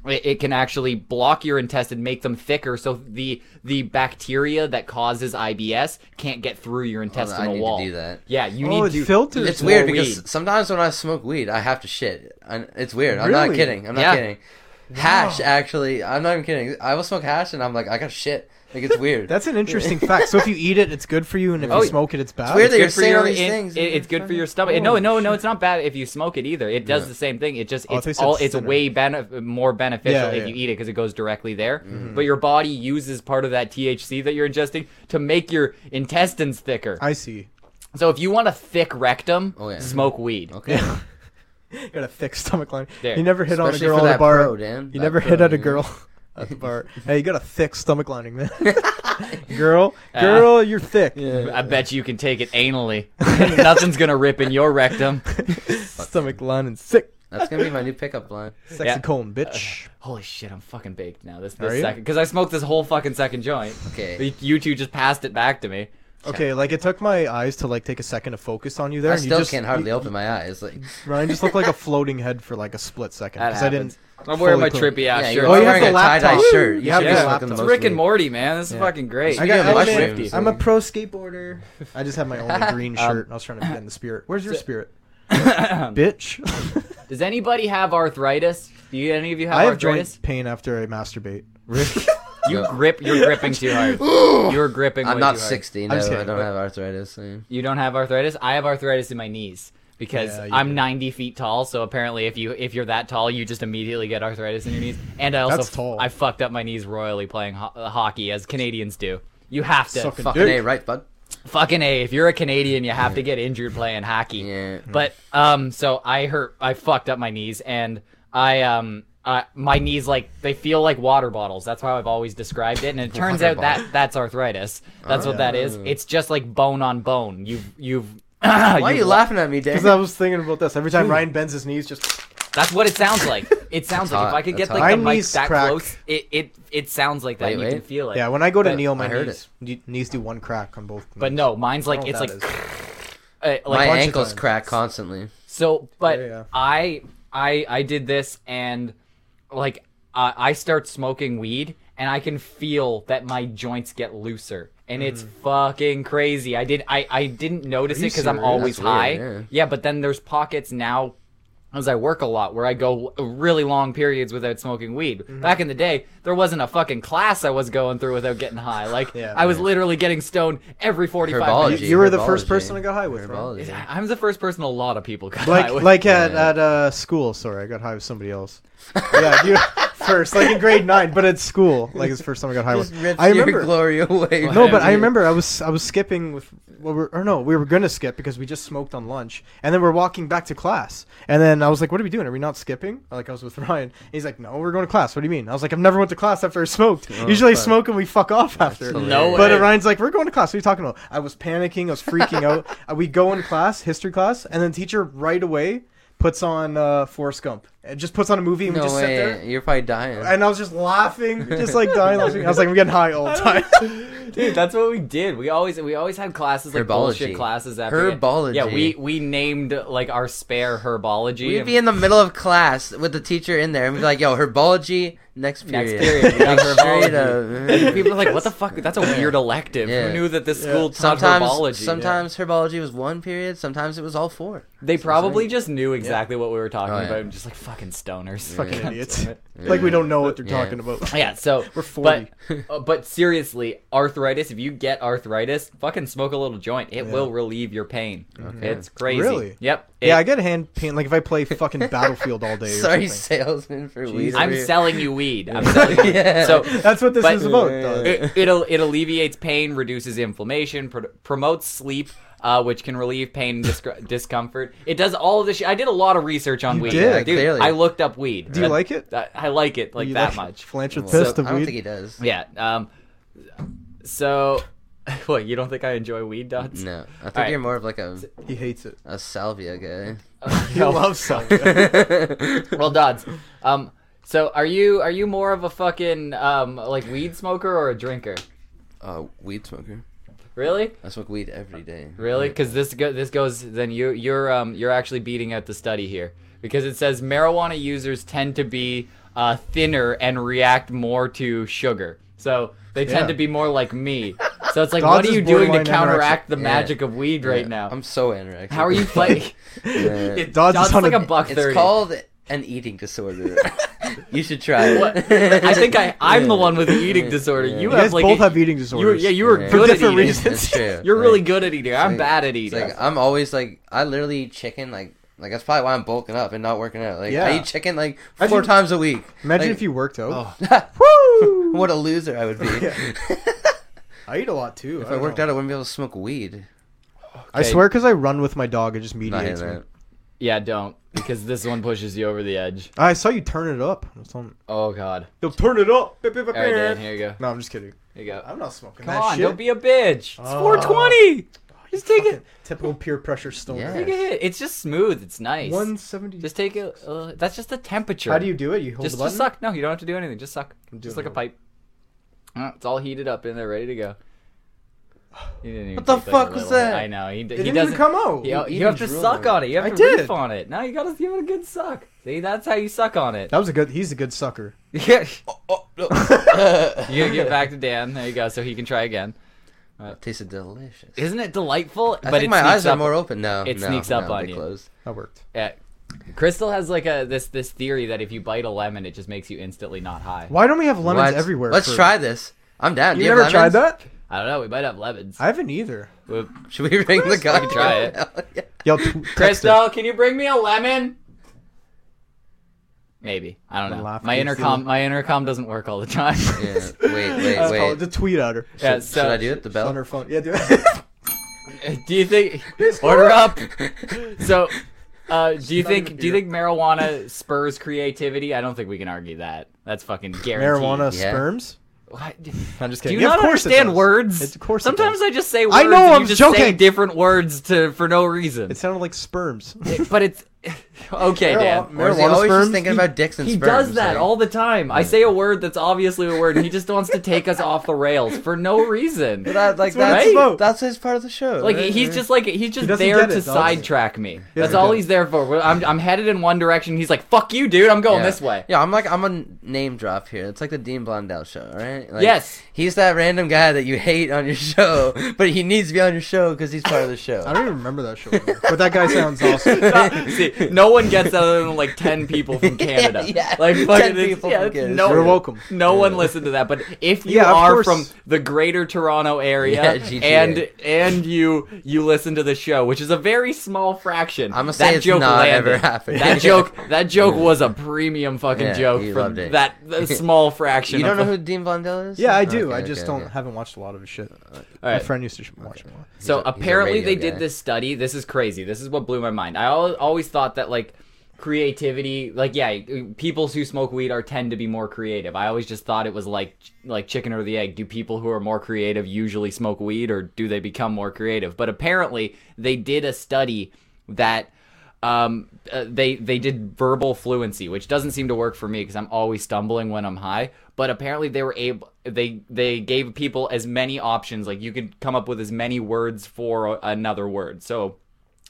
Speaker 1: it, it can actually block your intestine, make them thicker, so the the bacteria that causes IBS can't get through your intestinal
Speaker 3: Oh, need to
Speaker 1: wall.
Speaker 3: do that.
Speaker 1: Yeah, you
Speaker 2: Oh,
Speaker 1: need
Speaker 2: it
Speaker 1: to
Speaker 2: filters
Speaker 3: It's
Speaker 2: More
Speaker 3: weird because
Speaker 1: weed.
Speaker 3: sometimes when I smoke weed, I have to shit. I, it's weird. I'm not
Speaker 2: Really?
Speaker 3: kidding. I'm not
Speaker 1: Yeah.
Speaker 3: kidding. Hash actually, I'm not even kidding. I will smoke hash and I'm like, I got shit. Like it's weird.
Speaker 2: That's an interesting fact. So if you eat it, it's good for you, and if
Speaker 1: Oh,
Speaker 2: you
Speaker 1: yeah.
Speaker 2: smoke it, it's bad.
Speaker 3: weird that
Speaker 1: good
Speaker 3: you're
Speaker 1: for
Speaker 3: saying
Speaker 1: your-
Speaker 3: all these
Speaker 1: it-
Speaker 3: things.
Speaker 1: it- it's good for your stomach. no, no, no, it's not bad if you smoke it either. It does the same thing. It just
Speaker 2: Oh, I
Speaker 1: it's
Speaker 2: thought you said
Speaker 1: all it's
Speaker 2: thinner.
Speaker 1: way benef- more beneficial
Speaker 2: Yeah,
Speaker 1: if
Speaker 2: yeah. Mm-hmm.
Speaker 1: you eat it because it goes directly there. But your body uses part of that THC that you're ingesting to make your intestines thicker.
Speaker 2: I see.
Speaker 1: so if you want a thick rectum,
Speaker 3: Oh, yeah.
Speaker 1: smoke weed.
Speaker 3: Okay.
Speaker 2: Yeah. you got a thick stomach line.
Speaker 1: There.
Speaker 2: You never hit
Speaker 3: Especially
Speaker 2: on a
Speaker 3: for
Speaker 2: girl at
Speaker 3: that
Speaker 2: a bar.
Speaker 3: pro, Dan.
Speaker 2: You
Speaker 3: That
Speaker 2: never
Speaker 3: pro,
Speaker 2: hit at a
Speaker 3: yeah.
Speaker 2: girl at the bar. Hey, you got a thick stomach lining, man. girl, girl, you're thick.
Speaker 1: I bet you can take it anally. Nothing's gonna rip in your rectum.
Speaker 2: stomach lining sick.
Speaker 3: That's gonna be my new pickup line.
Speaker 2: Sexy
Speaker 1: Yeah.
Speaker 2: cone, bitch.
Speaker 1: Holy shit, I'm fucking baked now. This,
Speaker 2: Are
Speaker 1: this
Speaker 2: you?
Speaker 1: second because I smoked this whole fucking second joint.
Speaker 3: Okay.
Speaker 1: You two just passed it back to me.
Speaker 2: Okay, like it took my eyes to like take a second to focus on you there.
Speaker 3: I
Speaker 2: and you
Speaker 3: still
Speaker 2: just-
Speaker 3: can't hardly
Speaker 2: you-
Speaker 3: open my eyes. Like,
Speaker 2: Ryan just looked like a floating head for like a split second
Speaker 1: That
Speaker 2: because I didn't.
Speaker 1: happens. I'm wearing my
Speaker 2: fully clothed.
Speaker 1: trippy ass
Speaker 3: yeah,
Speaker 1: shirt.
Speaker 3: you're
Speaker 2: Oh, you have
Speaker 3: wearing
Speaker 2: the
Speaker 3: a tie-dye
Speaker 2: laptop.
Speaker 3: shirt. You,
Speaker 2: You have
Speaker 3: should be
Speaker 1: the
Speaker 3: smoking the
Speaker 2: laptop.
Speaker 1: It's
Speaker 3: most
Speaker 1: Rick and
Speaker 3: weed.
Speaker 1: Morty, man. This is
Speaker 2: Yeah.
Speaker 1: fucking great.
Speaker 3: I got
Speaker 2: I'm a-
Speaker 3: mushrooms.
Speaker 2: I'm a pro skateboarder. I just had my only green
Speaker 1: Um,
Speaker 2: shirt. and I was trying to get in the spirit. Where's your spirit, bitch?
Speaker 1: Does anybody have arthritis? Do you, any of you have
Speaker 2: I have
Speaker 1: arthritis?
Speaker 2: joint pain after I masturbate.
Speaker 1: You
Speaker 3: Yeah.
Speaker 1: grip. You're gripping too hard. You're gripping.
Speaker 3: I'm
Speaker 1: way
Speaker 3: not
Speaker 1: too hard.
Speaker 3: 60.
Speaker 2: I'm
Speaker 3: No,
Speaker 2: just
Speaker 3: I
Speaker 2: kidding,
Speaker 3: don't
Speaker 2: but-
Speaker 3: have arthritis. so-
Speaker 1: You don't have arthritis. I have arthritis in my knees because
Speaker 2: Yeah, you
Speaker 1: I'm
Speaker 2: do.
Speaker 1: 90 feet tall. So apparently, if you if you're that tall, you just immediately get arthritis in your knees. And I also
Speaker 2: That's tall.
Speaker 1: I fucked up my knees royally playing ho- uh, hockey, as Canadians do. You have to
Speaker 2: Sucking
Speaker 3: Fucking
Speaker 2: dick.
Speaker 3: a, right, bud?
Speaker 1: fucking a. If you're a Canadian, you have to get injured playing hockey.
Speaker 3: Yeah.
Speaker 1: But um, so I hurt, I fucked up my knees, and I um, uh, my knees like they feel like water bottles. That's how I've always described it. And it turns out
Speaker 3: Water bottle. Oh.
Speaker 1: that that's arthritis. That's what that is. It's just like bone on bone. You've you've.
Speaker 3: Why are you laughing at me, Dan?
Speaker 2: Because I was thinking about this every time Ryan bends his knees, just
Speaker 1: That's what it sounds like. It sounds
Speaker 3: That's
Speaker 1: like if
Speaker 3: hot.
Speaker 1: I could
Speaker 3: That's
Speaker 1: get like
Speaker 2: hot.
Speaker 1: the
Speaker 2: My
Speaker 1: mic
Speaker 2: knees
Speaker 1: that
Speaker 2: crack.
Speaker 1: close, it, it it sounds like that.
Speaker 3: Wait,
Speaker 1: you
Speaker 3: wait.
Speaker 1: can feel it.
Speaker 2: yeah. When I go to
Speaker 1: But-
Speaker 2: kneel, my
Speaker 3: I heard
Speaker 2: knees knees do one crack on both.
Speaker 1: But no, mine's like
Speaker 2: know
Speaker 1: it's
Speaker 2: what
Speaker 1: like,
Speaker 2: that
Speaker 1: uh, like
Speaker 3: my
Speaker 2: bunch of
Speaker 3: ankles
Speaker 2: times.
Speaker 3: crack constantly.
Speaker 1: So, but
Speaker 2: Yeah, yeah.
Speaker 1: I, I, I did this, and like I I start smoking weed, and I can feel that my joints get looser, and it's fucking crazy. I did, I, I didn't notice
Speaker 2: Mm-hmm. Are you
Speaker 1: it because I'm
Speaker 2: serious?
Speaker 1: always
Speaker 3: That's weird,
Speaker 1: high.
Speaker 3: yeah.
Speaker 1: yeah, but then there's pockets now as I work a lot where I go really long periods without smoking weed.
Speaker 2: Mm-hmm.
Speaker 1: Back in the day, there wasn't a fucking class I was going through without getting high. Like
Speaker 2: Yeah.
Speaker 1: I was literally getting stoned every 45
Speaker 3: Herbology.
Speaker 1: minutes.
Speaker 2: you, you were the
Speaker 3: Herbology.
Speaker 2: first person I got high with. Ryan.
Speaker 3: Herbology.
Speaker 1: I'm the first person a lot of people got high
Speaker 2: like
Speaker 1: with.
Speaker 2: like at
Speaker 3: Yeah.
Speaker 2: at uh, school. Sorry, I got high with somebody else. yeah, you first, like in grade nine, but at school, like it's the first time I got high
Speaker 3: Just
Speaker 2: with.
Speaker 3: rips
Speaker 2: I
Speaker 3: your
Speaker 2: remember.
Speaker 3: glory away.
Speaker 2: no, but
Speaker 3: man.
Speaker 2: I remember I was I was skipping with well, we're, or no, we were gonna skip because we just smoked on lunch, and then we're walking back to class, and then I was like, "What are we doing? Are we not skipping?" Like I was with Ryan, and he's like, "No, we're going to class." What do you mean? I was like, "I've never went to class after I smoked. Usually I
Speaker 3: fuck.
Speaker 2: smoke and we fuck off after."
Speaker 1: No
Speaker 2: But
Speaker 1: way.
Speaker 2: Ryan's like, we're going to class. What are you talking about? I was panicking. I was freaking out. Uh, We go in class, history class, and then teacher right away puts on uh, Forrest Gump. It just puts on a movie and
Speaker 3: No
Speaker 2: we just
Speaker 3: way.
Speaker 2: sit there.
Speaker 3: You're probably dying.
Speaker 2: And I was just laughing, just like dying. laughing. I was like, I'm getting high all the time.
Speaker 1: Dude, that's what we did. We always we always had classes like
Speaker 3: Herbology.
Speaker 1: bullshit classes after
Speaker 3: Herbology.
Speaker 1: Yeah, we we named like our spare herbology.
Speaker 3: We'd be in the middle of class with the teacher in there and be like, yo, herbology, next
Speaker 1: Next
Speaker 3: period.
Speaker 1: period, we got
Speaker 3: Like, straight
Speaker 1: herbology.
Speaker 3: up.
Speaker 1: People are like, "What the fuck? That's a weird elective."
Speaker 3: Yeah.
Speaker 1: Who knew that this school taught herbology?
Speaker 3: Sometimes, sometimes herbology was one period. Sometimes it was all four.
Speaker 1: they probably just knew exactly what we were talking
Speaker 3: Oh, yeah.
Speaker 1: about. and just like fucking stoners,
Speaker 2: Fucking
Speaker 1: God
Speaker 2: idiots.
Speaker 1: damn it.
Speaker 2: Like we don't know what they're
Speaker 3: Yeah.
Speaker 2: talking about.
Speaker 1: Yeah, so
Speaker 2: We're 40.
Speaker 1: But, uh, but seriously, arthritis. If you get arthritis, fucking smoke a little joint. It will relieve your pain. It's crazy.
Speaker 2: Really?
Speaker 1: Yep.
Speaker 2: Yeah,
Speaker 1: It-
Speaker 2: I get hand pain. Like if I play fucking Battlefield all day. Or
Speaker 3: Sorry,
Speaker 2: something.
Speaker 3: salesman for weed.
Speaker 1: I'm
Speaker 3: over here.
Speaker 1: selling you weed. I'm selling you weed.
Speaker 3: Yeah.
Speaker 1: So
Speaker 2: That's what this
Speaker 1: But-
Speaker 2: is about.
Speaker 3: Yeah,
Speaker 2: though.
Speaker 3: yeah,
Speaker 1: it, it'll it alleviates pain, reduces inflammation, pr- promotes sleep, uh, which can relieve pain and dis- discomfort. It does all of this. Sh- I did a lot of research on weed.
Speaker 2: did,
Speaker 1: Dude,
Speaker 3: clearly.
Speaker 1: I looked up weed.
Speaker 2: Do you
Speaker 1: That-
Speaker 2: like it?
Speaker 1: that- I like it like
Speaker 2: You
Speaker 1: that
Speaker 2: like
Speaker 1: much.
Speaker 2: Philanthropist
Speaker 3: I
Speaker 2: of
Speaker 3: don't
Speaker 2: weed.
Speaker 3: think he does.
Speaker 1: Yeah. Um. So, what you don't think I enjoy weed dots?
Speaker 3: No, I think
Speaker 1: Alright.
Speaker 3: you're more of like a,
Speaker 2: he hates it.
Speaker 3: a salvia guy.
Speaker 2: He loves something.
Speaker 1: well, Dodds. Um. So, are you are you more of a fucking um like weed smoker or a drinker?
Speaker 3: uh, weed smoker.
Speaker 1: Really?
Speaker 3: I smoke weed every day.
Speaker 1: Really? Because this go- this goes then you you're um you're actually beating out the study here because it says marijuana users tend to be uh, thinner and react more to sugar, so they tend
Speaker 2: Yeah.
Speaker 1: to be more like me. So it's like, what
Speaker 2: Dodds
Speaker 1: are
Speaker 2: is
Speaker 1: you doing to
Speaker 2: borderline
Speaker 1: counteract the
Speaker 3: anorexic. Yeah.
Speaker 1: magic of weed right
Speaker 3: Yeah,
Speaker 1: now?
Speaker 3: I'm so anorexic.
Speaker 1: How are you fighting?
Speaker 3: Yeah.
Speaker 1: It-
Speaker 2: Dodds is
Speaker 1: Dodds is
Speaker 2: on a-
Speaker 1: like a buck
Speaker 3: It's
Speaker 1: thirty.
Speaker 3: called an eating disorder. You should try it.
Speaker 1: What? I think I, I'm the one with the eating
Speaker 3: Yeah.
Speaker 1: disorder. You,
Speaker 3: You
Speaker 2: guys
Speaker 1: have like
Speaker 2: both
Speaker 1: a-
Speaker 2: have eating
Speaker 1: You were,
Speaker 2: disorders.
Speaker 1: yeah, you were
Speaker 3: Yeah.
Speaker 1: good
Speaker 3: For
Speaker 1: at
Speaker 2: different
Speaker 1: eating.
Speaker 2: reasons.
Speaker 3: That's true.
Speaker 1: You're
Speaker 3: Like,
Speaker 1: really good at eating. I'm
Speaker 3: like-
Speaker 1: bad at
Speaker 3: It's
Speaker 1: eating.
Speaker 3: like I'm always like I literally eat chicken like like that's probably why I'm bulking up and not working out. Like
Speaker 2: Yeah.
Speaker 3: I eat chicken like four
Speaker 2: Imagine-
Speaker 3: times a week.
Speaker 2: Imagine
Speaker 3: Like,
Speaker 2: if you worked out.
Speaker 3: Woo! what a loser I would be.
Speaker 2: Yeah. I eat a lot too.
Speaker 3: if I
Speaker 2: don't
Speaker 3: worked
Speaker 2: know.
Speaker 3: out, I wouldn't be able to smoke weed.
Speaker 2: I swear, because I run with my dog, it just
Speaker 3: Not
Speaker 2: mediates me.
Speaker 3: that.
Speaker 1: yeah, don't because this one pushes you over the edge.
Speaker 2: I saw you turn it up. That's on-
Speaker 1: Oh God.
Speaker 2: They'll turn it up.
Speaker 1: All right, Dan. Here you go.
Speaker 2: No, I'm just kidding.
Speaker 1: Here you go.
Speaker 2: I'm not smoking
Speaker 1: Come
Speaker 2: that
Speaker 1: on,
Speaker 2: shit.
Speaker 1: don't be a bitch. It's
Speaker 2: Oh.
Speaker 1: 420. Just take it.
Speaker 2: Fucking Typical peer pressure stoner.
Speaker 3: Yeah.
Speaker 1: Take a hit. It's just smooth. It's nice.
Speaker 2: 170.
Speaker 1: Just take it. Uh, that's just the temperature.
Speaker 2: How do you do it? You hold
Speaker 1: just,
Speaker 2: the button.
Speaker 1: just suck? No, you don't have to do anything. Just suck.
Speaker 2: I'm
Speaker 1: Just
Speaker 2: doing
Speaker 1: like a
Speaker 2: it.
Speaker 1: pipe. Uh, It's all heated up in there, ready to go. He didn't even
Speaker 2: What the
Speaker 1: take, like, a
Speaker 2: fuck was
Speaker 1: little-
Speaker 2: that?
Speaker 1: I know. He, d-
Speaker 2: It
Speaker 1: he
Speaker 2: didn't
Speaker 1: doesn't
Speaker 2: even come out.
Speaker 1: You,
Speaker 3: You
Speaker 1: you have to
Speaker 3: even drool
Speaker 1: suck
Speaker 3: on it.
Speaker 1: on it. You have
Speaker 2: I
Speaker 1: to
Speaker 2: did.
Speaker 1: reef on it. Now you gotta give it a good suck. See, that's how you suck on it.
Speaker 2: That was a good. He's a good sucker.
Speaker 1: Yeah.
Speaker 3: Oh, oh, no.
Speaker 1: you gotta get back to Dan. There you go, so he can try again.
Speaker 3: Tasted delicious.
Speaker 1: Isn't it delightful? but
Speaker 3: I think
Speaker 1: it
Speaker 3: my
Speaker 1: sneaks
Speaker 3: eyes
Speaker 1: up.
Speaker 3: are more open now.
Speaker 1: it sneaks up on you.
Speaker 3: Closed.
Speaker 2: That worked.
Speaker 1: Yeah. Crystal has like a this this theory that if you bite a lemon, it just makes you instantly not high.
Speaker 2: Why don't we have lemons
Speaker 3: Let's-
Speaker 2: everywhere?
Speaker 3: Let's
Speaker 2: for-
Speaker 3: try this. I'm down.
Speaker 2: You
Speaker 3: Do have
Speaker 2: never tried
Speaker 3: lemons?
Speaker 2: that?
Speaker 1: I don't know. We might have lemons.
Speaker 2: I haven't either.
Speaker 1: Well,
Speaker 3: Should we ring the guy?
Speaker 1: Try it.
Speaker 2: Yo, t- text it.
Speaker 1: Crystal, can you bring me a lemon? Maybe I don't
Speaker 2: I'm
Speaker 1: know.
Speaker 2: laughing.
Speaker 1: My intercom my intercom doesn't work all the time.
Speaker 3: Yeah. Wait, wait,
Speaker 2: Uh,
Speaker 3: wait.
Speaker 2: The tweet at her.
Speaker 1: Yeah,
Speaker 3: Should,
Speaker 1: so- uh,
Speaker 3: should I do it? The
Speaker 2: On her
Speaker 3: bell.
Speaker 2: phone. Yeah, do it.
Speaker 1: Do you think order up?
Speaker 3: That's
Speaker 1: So, uh, do you
Speaker 2: not
Speaker 1: think
Speaker 2: even
Speaker 1: do you
Speaker 2: here.
Speaker 1: think marijuana spurs creativity? I don't think we can argue that. That's fucking guaranteed.
Speaker 2: Marijuana
Speaker 3: Yeah.
Speaker 2: sperms.
Speaker 1: What?
Speaker 2: I'm just
Speaker 1: Do
Speaker 2: kidding.
Speaker 1: you
Speaker 2: Yeah,
Speaker 1: not
Speaker 2: of course it
Speaker 1: understand
Speaker 2: does.
Speaker 1: words?
Speaker 2: It's- of course. it
Speaker 1: Sometimes
Speaker 2: does.
Speaker 1: I just say words.
Speaker 2: I know,
Speaker 1: and you
Speaker 2: I'm
Speaker 1: just
Speaker 2: joking.
Speaker 1: Say different words to for no reason.
Speaker 2: it sounded like sperms.
Speaker 1: but it's okay, Dan.
Speaker 3: Or is he
Speaker 2: Marijuana
Speaker 3: always just
Speaker 2: sperms?
Speaker 3: thinking about dicks and
Speaker 1: He
Speaker 3: sperms?
Speaker 1: does that
Speaker 3: like-
Speaker 1: all the time. I say a word that's obviously a word, and he just wants to take us off the rails for no
Speaker 3: But
Speaker 1: reason.
Speaker 3: that, like
Speaker 2: That's what
Speaker 3: that's
Speaker 1: it's
Speaker 2: about.
Speaker 3: that's his part of the show.
Speaker 1: Like
Speaker 3: right?
Speaker 1: he's just like he's just
Speaker 2: doesn't
Speaker 1: there
Speaker 2: get it,
Speaker 1: to
Speaker 2: does he?
Speaker 1: sidetrack me. That's
Speaker 2: doesn't
Speaker 1: all
Speaker 2: get
Speaker 1: he's there for. We're- I'm I'm headed in one direction. He's like, "Fuck you, dude. I'm going
Speaker 3: yeah.
Speaker 1: this way."
Speaker 3: Yeah, I'm like I'm a name drop here. It's like the Dean Blondell show, right? Like,
Speaker 1: Yes.
Speaker 3: he's that random guy that you hate on your show, but he needs to be on your show because he's part of the
Speaker 2: I
Speaker 3: show.
Speaker 2: don't even remember that show. anymore. but that guy sounds awesome.
Speaker 1: See, no one gets that other than like ten people from Canada.
Speaker 3: Yeah, yeah.
Speaker 1: Like
Speaker 3: 10
Speaker 1: fucking, it's-
Speaker 3: people
Speaker 1: yeah,
Speaker 3: from
Speaker 1: it's
Speaker 3: Canada.
Speaker 1: no,
Speaker 2: You're welcome.
Speaker 1: No one listened to that. But if you
Speaker 2: Yeah, of
Speaker 1: are
Speaker 2: course.
Speaker 1: from the Greater Toronto area
Speaker 3: Yeah, GTA.
Speaker 1: and and you you listen to the show, which is a very small fraction,
Speaker 3: I'ma
Speaker 1: that
Speaker 3: say it's
Speaker 1: joke
Speaker 3: not
Speaker 1: landed.
Speaker 3: ever happened.
Speaker 1: That joke that joke was a premium fucking
Speaker 3: Yeah,
Speaker 1: joke
Speaker 3: you
Speaker 1: for
Speaker 3: loved it.
Speaker 1: that that small fraction.
Speaker 3: You don't know
Speaker 1: of
Speaker 3: who Dean Blondell is?
Speaker 2: Yeah, I do. I
Speaker 3: Okay,
Speaker 2: just
Speaker 3: okay,
Speaker 2: don't
Speaker 3: okay.
Speaker 2: haven't watched a lot of his shit.
Speaker 1: All
Speaker 2: My
Speaker 1: right.
Speaker 2: friend used to sh- watch more.
Speaker 1: So
Speaker 3: He's a- he's a
Speaker 1: apparently
Speaker 3: radio
Speaker 1: they did
Speaker 3: guy.
Speaker 1: this study. This is crazy. This is what blew my mind. I al- always thought that like creativity, like yeah, people who smoke weed are tend to be more creative. I always just thought it was like like chicken or the egg. Do people who are more creative usually smoke weed, or do they become more creative? But apparently they did a study that um, uh, they they did verbal fluency, which doesn't seem to work for me because I'm always stumbling when I'm high. But apparently, they were able they they gave people as many options. Like you could come up with as many words for a- another word. So,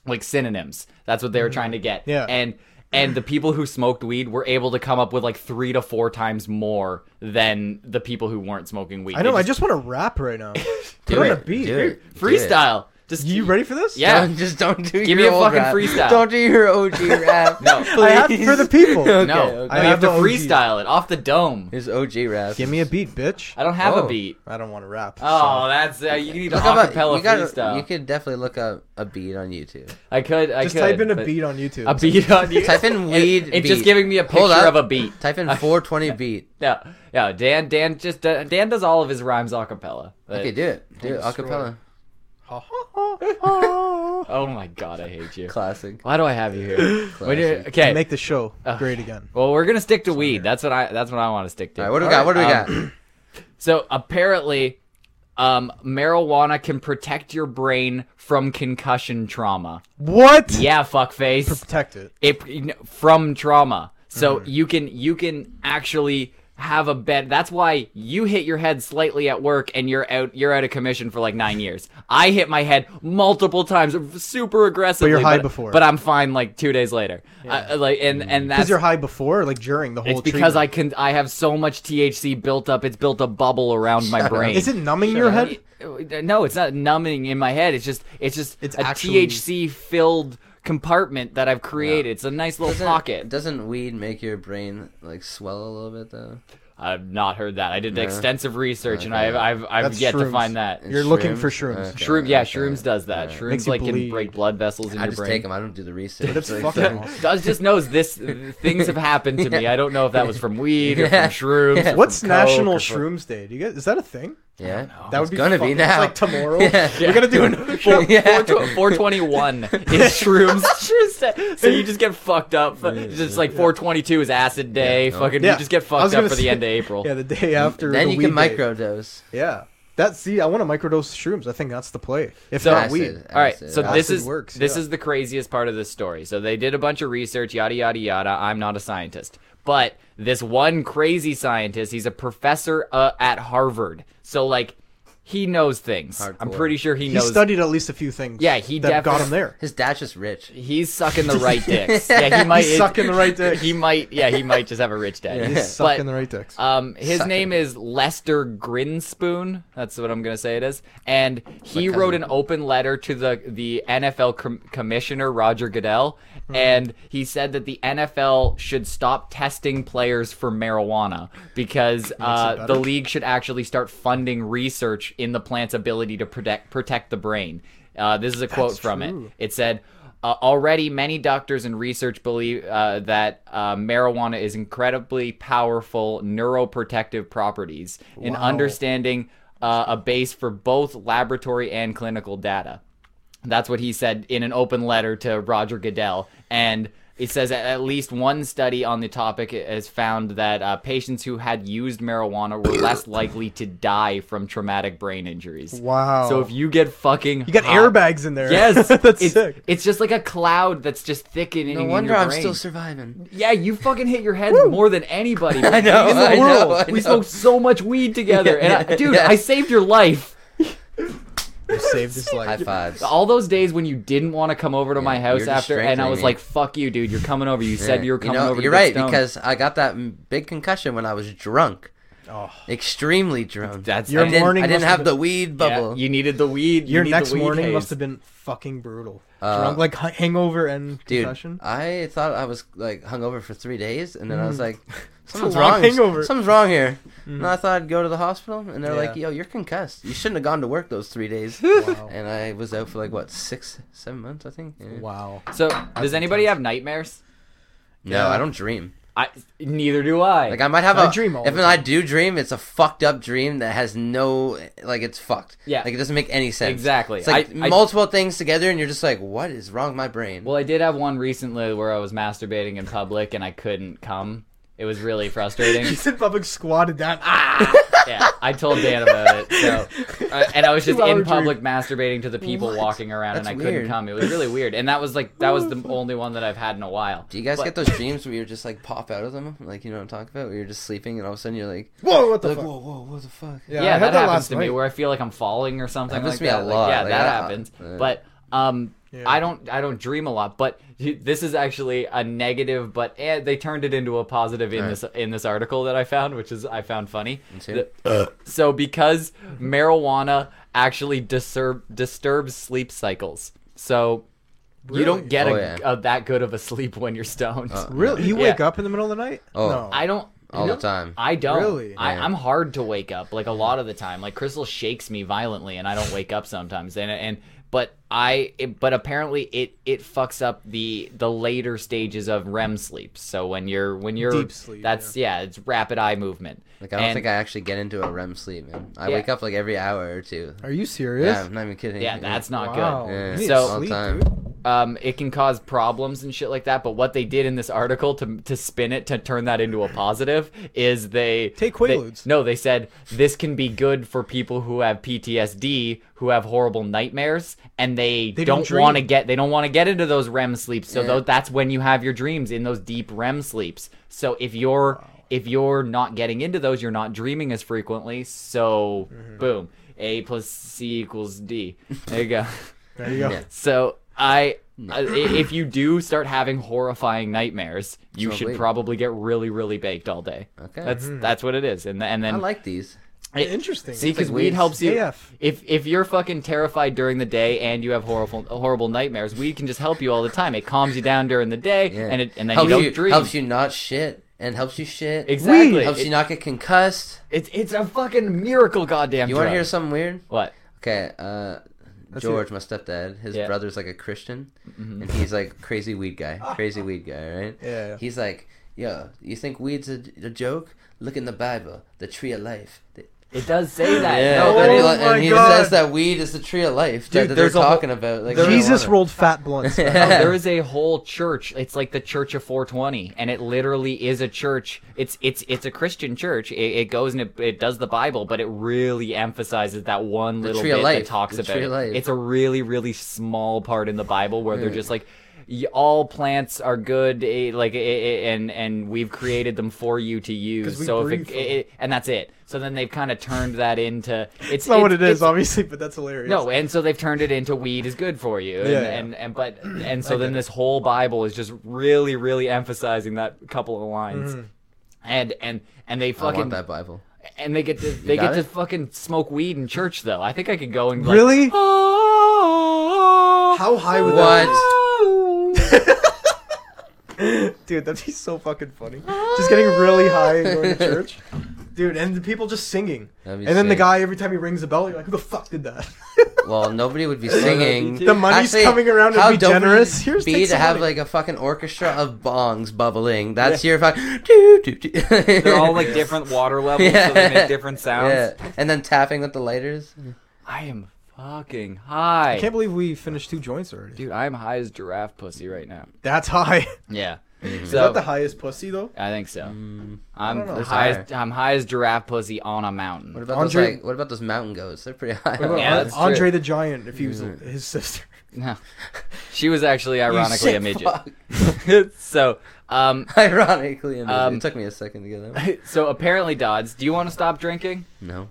Speaker 1: like synonyms. That's what they
Speaker 3: Mm-hmm.
Speaker 1: were trying to get.
Speaker 2: Yeah.
Speaker 1: and. And the people who smoked weed were able to come up with like three to four times more than the people who weren't smoking weed.
Speaker 2: I know.
Speaker 1: They
Speaker 2: I just want to rap right now. Put
Speaker 3: Do
Speaker 2: on
Speaker 3: it.
Speaker 2: a beat.
Speaker 3: Do it. Do it.
Speaker 1: freestyle. Just
Speaker 2: You ready for this?
Speaker 1: Yeah.
Speaker 3: Don't- just don't do
Speaker 1: Give me
Speaker 3: your
Speaker 1: a
Speaker 3: old
Speaker 1: fucking
Speaker 3: rap.
Speaker 1: freestyle.
Speaker 3: Don't do your OG rap.
Speaker 1: No.
Speaker 2: I have
Speaker 3: please.
Speaker 2: for the people.
Speaker 3: Okay,
Speaker 1: no,
Speaker 3: okay.
Speaker 1: no, you have
Speaker 2: have
Speaker 1: to
Speaker 2: the OG.
Speaker 1: freestyle it off the dome.
Speaker 3: Here's OG rap.
Speaker 2: Give me a beat, bitch.
Speaker 1: I don't have
Speaker 3: Oh.
Speaker 1: a beat.
Speaker 2: I don't want to rap.
Speaker 1: Oh, that's uh, you need an
Speaker 3: Look up a-
Speaker 1: acapella
Speaker 3: you, gotta-
Speaker 1: freestyle.
Speaker 3: you could definitely look up a beat on YouTube.
Speaker 1: I could. I
Speaker 2: just
Speaker 1: could,
Speaker 2: type in a
Speaker 1: but-
Speaker 2: beat on YouTube.
Speaker 1: A beat on you.
Speaker 3: Type in weed
Speaker 1: It, it's just
Speaker 3: beat.
Speaker 1: giving me a picture
Speaker 3: Hold
Speaker 1: of
Speaker 3: up.
Speaker 1: a beat.
Speaker 3: Type in 420 beat.
Speaker 1: Yeah, yeah. Dan, Dan just uh, Dan does all of his rhymes a cappella. But-
Speaker 3: Okay, do it. Do it.
Speaker 2: Destroy.
Speaker 3: Acapella.
Speaker 2: Ha, ha, ha, ha.
Speaker 1: Oh my god, I hate you.
Speaker 3: Classic.
Speaker 1: Why do I have you here? When you-
Speaker 3: Classic.
Speaker 1: okay.
Speaker 2: Make the show
Speaker 1: Ugh.
Speaker 2: great again.
Speaker 1: well, we're gonna stick to weed. That's what I. That's what I want to stick to.
Speaker 3: All right, what do we got? What do we got?
Speaker 1: um, So apparently, um, marijuana can protect your brain from concussion trauma.
Speaker 2: What?
Speaker 1: Yeah, fuckface.
Speaker 2: Protect it.
Speaker 1: it you know, from trauma so
Speaker 2: Mm-hmm.
Speaker 1: you can you can actually have a bed that's why you hit your head slightly at work and you're out you're out of commission for like nine years i hit my head multiple times super aggressively
Speaker 2: high before.
Speaker 1: but i'm fine like two days later I- like and and that's
Speaker 2: Because you're high before, like during the whole.
Speaker 1: it's because
Speaker 2: treatment.
Speaker 1: i can i have so much ththc built up it's built a bubble around my brain
Speaker 2: Is it numbing your
Speaker 1: uh,
Speaker 2: head?
Speaker 1: No, it's not numbing in my head. It's just it's just
Speaker 2: It's
Speaker 1: a
Speaker 2: actually-
Speaker 1: THC filled compartment that I've created. It's a nice little
Speaker 3: Doesn't-
Speaker 1: pocket.
Speaker 3: Doesn't weed make your brain like swell a little bit though?
Speaker 1: I've not heard that. I did
Speaker 3: Yeah.
Speaker 1: extensive research and
Speaker 3: Okay.
Speaker 1: I've I've, I've
Speaker 2: That's
Speaker 1: yet to
Speaker 2: shrooms.
Speaker 1: find that.
Speaker 3: And
Speaker 2: You're looking for shrooms.
Speaker 3: Okay,
Speaker 1: Shroom, yeah,
Speaker 3: okay.
Speaker 1: shrooms does that.
Speaker 3: Alright.
Speaker 1: Shrooms
Speaker 2: Makes you
Speaker 1: like can
Speaker 2: bleed.
Speaker 1: break blood vessels in
Speaker 3: I
Speaker 1: your
Speaker 3: just
Speaker 1: brain.
Speaker 3: take them. I don't do the research.
Speaker 2: That's
Speaker 3: Like,
Speaker 2: fucking
Speaker 3: so-
Speaker 2: awesome.
Speaker 1: Does just knows this things have happened to me. I don't know if that was from weed or
Speaker 3: Yeah.
Speaker 1: from shrooms.
Speaker 3: Yeah.
Speaker 1: or
Speaker 2: What's
Speaker 1: from coke
Speaker 2: National
Speaker 1: or from-
Speaker 2: Shrooms Day? Do you guys, is that a thing?
Speaker 3: Yeah,
Speaker 2: That
Speaker 3: It's
Speaker 2: would be
Speaker 3: gonna be
Speaker 2: fucking-
Speaker 3: now.
Speaker 2: It's like tomorrow.
Speaker 3: Yeah.
Speaker 2: We're gonna do another
Speaker 1: Four-
Speaker 2: show.
Speaker 3: Yeah.
Speaker 1: four tw- 421 is shrooms. Shrooms day. so you just get fucked up. It's just like 422 is acid day.
Speaker 3: Yeah.
Speaker 1: Fucking,
Speaker 2: Yeah.
Speaker 1: you just get
Speaker 2: I was
Speaker 1: fucked up
Speaker 2: gonna
Speaker 1: for the
Speaker 2: say-
Speaker 1: end of April.
Speaker 2: Yeah, the day after.
Speaker 3: Then
Speaker 2: the
Speaker 3: you can
Speaker 2: weed day.
Speaker 3: microdose.
Speaker 2: Yeah, that see, I want to microdose shrooms. I think that's the play. If
Speaker 1: So-
Speaker 2: not
Speaker 3: Acid.
Speaker 2: weed,
Speaker 1: All right, so
Speaker 2: Acid
Speaker 1: this is
Speaker 2: works,
Speaker 1: this
Speaker 2: yeah.
Speaker 1: is the craziest part of this story. So they did a bunch of research, yada yada yada. I'm not a scientist, but this one crazy scientist, he's a professor uh, at Harvard. So like, he knows things. I'm
Speaker 3: Hardcore.
Speaker 1: pretty sure he,
Speaker 2: he
Speaker 1: knows.
Speaker 2: studied at least a few things.
Speaker 1: Yeah, he
Speaker 2: that got
Speaker 1: defi-
Speaker 2: him there.
Speaker 3: His dad's just rich.
Speaker 1: he's sucking the right dicks. Yeah, he might
Speaker 2: He's sucking the right dick.
Speaker 1: He might. Yeah, he might just have a rich dad.
Speaker 3: Yeah.
Speaker 2: He's
Speaker 3: But-
Speaker 2: sucking the right dicks.
Speaker 1: Um, his
Speaker 3: Suck
Speaker 1: name is Lester Grinspoon. That's what I'm gonna say it is. And he
Speaker 3: My
Speaker 1: wrote
Speaker 3: cousin.
Speaker 1: an open letter to the the NFL com- commissioner Roger Goodell,
Speaker 2: Hmm.
Speaker 1: and he said that the NFL should stop testing players for marijuana because uh, the
Speaker 2: better.
Speaker 1: league should actually start funding research in the plant's ability to protect protect the brain. Uh, this is a quote from it.
Speaker 2: true.
Speaker 1: It said, uh, "Already, many doctors and research believe uh, that uh, marijuana is incredibly powerful neuroprotective properties, and
Speaker 2: Wow.
Speaker 1: understanding uh, a base for both laboratory and clinical data." That's what he said in an open letter to Roger Goodell. And it says at- at least one study on the topic has found that uh, patients who had used marijuana were less likely to die from traumatic brain injuries.
Speaker 2: Wow.
Speaker 1: So if you get fucking.
Speaker 2: you got
Speaker 1: hot-
Speaker 2: airbags in there.
Speaker 1: Yes,
Speaker 2: that's
Speaker 1: it's,
Speaker 2: sick.
Speaker 1: It's just like a cloud that's just thickening.
Speaker 3: No
Speaker 1: in
Speaker 3: wonder
Speaker 1: your
Speaker 3: I'm
Speaker 1: brain.
Speaker 3: still surviving.
Speaker 1: Yeah, you fucking hit your head more than anybody.
Speaker 3: I know,
Speaker 1: in the
Speaker 3: I know,
Speaker 1: world.
Speaker 3: I
Speaker 1: We
Speaker 3: know.
Speaker 1: smoked so much weed together,
Speaker 3: Yeah,
Speaker 1: and I,
Speaker 3: yeah,
Speaker 1: dude,
Speaker 3: yeah.
Speaker 1: I saved your life.
Speaker 2: You saved his
Speaker 3: High
Speaker 2: life.
Speaker 3: fives.
Speaker 1: All those days when you didn't want to come over to my
Speaker 3: Yeah,
Speaker 1: house
Speaker 3: you're just
Speaker 1: after, and I
Speaker 3: strengthening
Speaker 1: was
Speaker 3: me.
Speaker 1: like, "Fuck you, dude! You're coming over. You said you were coming
Speaker 3: you know,
Speaker 1: over."
Speaker 3: You're
Speaker 1: to get
Speaker 3: right
Speaker 1: stoned.
Speaker 3: because I got that m- big concussion when I was drunk,
Speaker 2: Oh.
Speaker 3: extremely drunk.
Speaker 1: That's-
Speaker 2: Your
Speaker 3: I didn't,
Speaker 2: morning
Speaker 3: I didn't
Speaker 2: must
Speaker 3: have
Speaker 2: have
Speaker 3: the weed
Speaker 1: yeah,
Speaker 3: bubble.
Speaker 1: you needed the weed. you
Speaker 2: Your
Speaker 1: need
Speaker 2: next
Speaker 1: the weed
Speaker 2: morning
Speaker 1: haze.
Speaker 2: must have been fucking brutal.
Speaker 3: Uh,
Speaker 2: Drunk, like ha- hangover and
Speaker 3: Dude,
Speaker 1: uh,
Speaker 2: concussion.
Speaker 3: I thought I was like hungover for three days, and then I was like, "Something's
Speaker 2: Mm. long
Speaker 3: wrong.
Speaker 2: hangover. Mm-hmm.
Speaker 3: Something's wrong here." And I thought I'd go to the hospital, and they're like,
Speaker 2: Yeah.
Speaker 3: "Yo, you're concussed. You shouldn't have gone to work those three days."
Speaker 2: Wow.
Speaker 3: and I was out for like what six, seven months, I think. Yeah.
Speaker 2: Wow.
Speaker 1: So, does anybody have nightmares?
Speaker 3: No,
Speaker 2: Yeah.
Speaker 3: I don't dream.
Speaker 1: I neither do I.
Speaker 3: Like I might have
Speaker 2: I
Speaker 3: a
Speaker 2: dream all
Speaker 3: If
Speaker 2: the
Speaker 3: I do dream, it's a fucked up dream that has no like it's fucked.
Speaker 1: Yeah.
Speaker 3: like it doesn't make any sense.
Speaker 1: Exactly.
Speaker 3: It's like
Speaker 1: I- I-
Speaker 3: multiple things together, and you're just like, what is wrong with my brain?
Speaker 1: Well, I did have one recently where I was masturbating in public and I couldn't come. It was really frustrating.
Speaker 2: He's in public squatted down. Ah!
Speaker 1: yeah, I told Dan about it. So, uh, and I was just
Speaker 2: Two-hour
Speaker 1: in public masturbating to the people walking around,
Speaker 3: That's
Speaker 1: and I
Speaker 3: weird.
Speaker 1: couldn't come. It was really weird, and that was like that was the only one that I've had in a while.
Speaker 3: do you guys
Speaker 1: But-
Speaker 3: get those dreams where you're just like pop out of them? Like you know what I'm talking about? Where you're just sleeping, and all of a sudden you're like,
Speaker 2: Whoa! What the
Speaker 3: like
Speaker 2: fuck?
Speaker 3: whoa, whoa, what the fuck?
Speaker 1: Yeah,
Speaker 2: I had
Speaker 1: that, happens
Speaker 2: last
Speaker 1: to me
Speaker 2: night.
Speaker 1: where I feel like I'm falling or something
Speaker 3: Happens
Speaker 1: like
Speaker 3: to me a
Speaker 1: that. Like,
Speaker 3: lot.
Speaker 1: yeah,
Speaker 3: Like,
Speaker 1: that
Speaker 3: I-
Speaker 1: happens.
Speaker 3: I-
Speaker 1: but um,
Speaker 2: Yeah.
Speaker 1: I don't I don't dream a lot. But this is actually a negative, but eh, they turned it into a positive in
Speaker 3: Alright.
Speaker 1: this in this article that I found, which is I found funny.
Speaker 3: see?
Speaker 1: The- so because marijuana actually disturb disturbs sleep cycles, so. You
Speaker 2: Really?
Speaker 1: don't get
Speaker 3: Oh,
Speaker 1: a,
Speaker 3: yeah.
Speaker 1: a- that good of a sleep when you're stoned.
Speaker 2: Really? You
Speaker 1: Yeah.
Speaker 2: wake up in the middle of the night?
Speaker 3: Oh.
Speaker 2: no.
Speaker 1: I don't
Speaker 3: all
Speaker 1: no.
Speaker 3: the time.
Speaker 1: I don't.
Speaker 2: Really?
Speaker 1: I,
Speaker 3: Yeah.
Speaker 1: I'm hard to wake up. Like a lot of the time, like Crystal shakes me violently, and I don't wake up sometimes. And and but I it, but apparently it it fucks up the the later stages of REM sleep. So when you're when you're
Speaker 2: Deep sleep,
Speaker 1: that's yeah, it's rapid eye movement.
Speaker 3: Like I don't
Speaker 1: And-
Speaker 3: think I actually get into a REM sleep, man. I
Speaker 1: Yeah.
Speaker 3: wake up like every hour or two.
Speaker 2: Are you serious?
Speaker 3: Yeah, I'm not even kidding.
Speaker 1: yeah, that's not
Speaker 2: wow.
Speaker 1: good.
Speaker 3: Yeah.
Speaker 2: You need
Speaker 1: So-
Speaker 2: to sleep,
Speaker 3: All the time.
Speaker 2: dude.
Speaker 1: um, it can cause problems and shit like that. But what they did in this article to to spin it to turn that into a positive is they
Speaker 2: Take
Speaker 1: they-
Speaker 2: Quaaludes.
Speaker 1: no, they said this can be good for people who have PTSD, who have horrible nightmares, and they,
Speaker 2: They don't
Speaker 1: don't want to
Speaker 2: dream.
Speaker 1: get they don't want to get into those REM sleeps. So
Speaker 3: Yeah.
Speaker 1: tho- that's when you have your dreams in those deep REM sleeps. So if you're if you're not getting into those, you're not dreaming as frequently. So
Speaker 2: Mm-hmm.
Speaker 1: boom, A plus C equals D. There you go.
Speaker 2: There you go.
Speaker 3: Yeah.
Speaker 1: So I, I- if you do start having horrifying nightmares, you
Speaker 3: Smoke
Speaker 1: should
Speaker 3: weed.
Speaker 1: probably get really, really baked all day.
Speaker 3: Okay.
Speaker 1: that's that's what it is, and th- and
Speaker 3: I
Speaker 1: then
Speaker 3: like these.
Speaker 1: It-
Speaker 2: Interesting.
Speaker 1: See,
Speaker 3: like
Speaker 1: because weed
Speaker 3: weeds.
Speaker 1: helps you.
Speaker 2: AF.
Speaker 1: If if you're fucking terrified during the day and you have horrible horrible nightmares, weed can just help you all the time. It calms you down during the day,
Speaker 3: Yeah.
Speaker 1: and it, and then
Speaker 3: helps
Speaker 1: you don't
Speaker 3: you,
Speaker 1: dream.
Speaker 3: Helps you not shit and helps you shit.
Speaker 1: exactly.
Speaker 2: Weed
Speaker 3: Helps
Speaker 1: It-
Speaker 3: you not get concussed.
Speaker 1: it's it's a fucking miracle, goddamn.
Speaker 3: You want to
Speaker 1: drug.
Speaker 3: hear something weird?
Speaker 1: what?
Speaker 3: Okay, uh,
Speaker 2: Let's hear
Speaker 3: George, my stepdad, his
Speaker 1: Yeah.
Speaker 3: brother's like a Christian, and he's like crazy weed guy, crazy weed guy, right?
Speaker 2: Yeah.
Speaker 3: He's like, yo, you think weed's a, a joke? Look in the Bible, the tree of life. The-
Speaker 1: It does say that.
Speaker 3: Yeah,
Speaker 1: No,
Speaker 2: Oh
Speaker 1: that
Speaker 3: and he,
Speaker 1: is-
Speaker 3: li-
Speaker 2: my
Speaker 3: and he
Speaker 2: God.
Speaker 3: says that weed is the tree of life that,
Speaker 1: Dude,
Speaker 3: that they're
Speaker 1: there's a whole-
Speaker 3: talking about. Like
Speaker 2: Jesus
Speaker 3: marijuana.
Speaker 2: rolled fat blunts.
Speaker 1: No,
Speaker 3: Yeah.
Speaker 1: Oh, there is a whole church. It's like the Church of 420, and it literally is a church. It's it's it's a Christian church. It, it goes and it, it does the Bible, but it really emphasizes that one little
Speaker 3: tree of
Speaker 1: bit
Speaker 3: life.
Speaker 1: that talks
Speaker 3: The
Speaker 1: about.
Speaker 3: tree of
Speaker 1: it.
Speaker 3: life.
Speaker 1: It's a really really small part in the Bible where they're just like. "Y- All plants are good, eh, like eh, eh, eh, and and we've created them for you to
Speaker 2: 'Cause
Speaker 1: use.
Speaker 2: we
Speaker 1: So if
Speaker 2: breathe
Speaker 1: it,
Speaker 2: from
Speaker 1: eh, eh, and that's it. So then they've kind of turned that into it's,
Speaker 2: That's not what it is,
Speaker 1: it's-
Speaker 2: obviously, but that's hilarious.
Speaker 1: no, and so they've turned it into weed is good for you, and
Speaker 2: Yeah, yeah.
Speaker 1: and, and but and so then this whole Bible is just really, really emphasizing that couple of lines,
Speaker 2: Mm-hmm.
Speaker 1: and and and they
Speaker 3: I
Speaker 1: fucking
Speaker 3: want that Bible.
Speaker 1: and they get to they
Speaker 3: got
Speaker 1: get to
Speaker 3: it?
Speaker 1: fucking smoke weed in church though. I think I could go and like, "Ah."
Speaker 2: Really?
Speaker 1: "Oh."
Speaker 2: How high would
Speaker 3: What?
Speaker 2: that Dude, that'd be so fucking funny. Just getting really high and going to church. Dude, and the people just singing.
Speaker 3: That'd
Speaker 2: And
Speaker 3: be
Speaker 2: then the
Speaker 3: sick.
Speaker 2: guy, every time he rings a bell, you're like, who the fuck did that?
Speaker 3: Well, nobody would be singing.
Speaker 2: The money's coming around and
Speaker 3: how
Speaker 2: be
Speaker 3: dope would
Speaker 2: generous.
Speaker 3: it
Speaker 2: Here's
Speaker 3: be
Speaker 2: take
Speaker 3: to
Speaker 2: some
Speaker 3: have
Speaker 2: money.
Speaker 3: like a fucking orchestra of bongs bubbling. That's your fucking. doo, doo, doo.
Speaker 1: They're all like different water levels, so they make different sounds.
Speaker 3: Yeah, and then tapping with the lighters.
Speaker 1: I am fucking high,
Speaker 2: I can't believe we finished two joints already.
Speaker 1: dude. I'm high as giraffe pussy right now.
Speaker 2: That's high.
Speaker 1: Yeah.
Speaker 2: Is
Speaker 1: So
Speaker 2: that the Mm-hmm. highest pussy, though?
Speaker 1: I think so.
Speaker 2: I don't
Speaker 1: I'm
Speaker 2: know.
Speaker 1: high as, I'm high as giraffe pussy on a mountain.
Speaker 3: What about
Speaker 2: Andre-
Speaker 3: those like? What about those mountain goats? They're pretty high.
Speaker 2: What about
Speaker 1: Yeah,
Speaker 2: An-
Speaker 1: that's true.
Speaker 2: Andre the Giant, if he was
Speaker 3: Mm.
Speaker 2: his sister.
Speaker 1: No. She was actually ironically a
Speaker 3: sick fuck.
Speaker 1: midget. so, um
Speaker 3: Ironically, a midget.
Speaker 1: Um,
Speaker 3: it took me a second to get that. one.
Speaker 1: so apparently Dodds, do you want to stop drinking?
Speaker 3: No,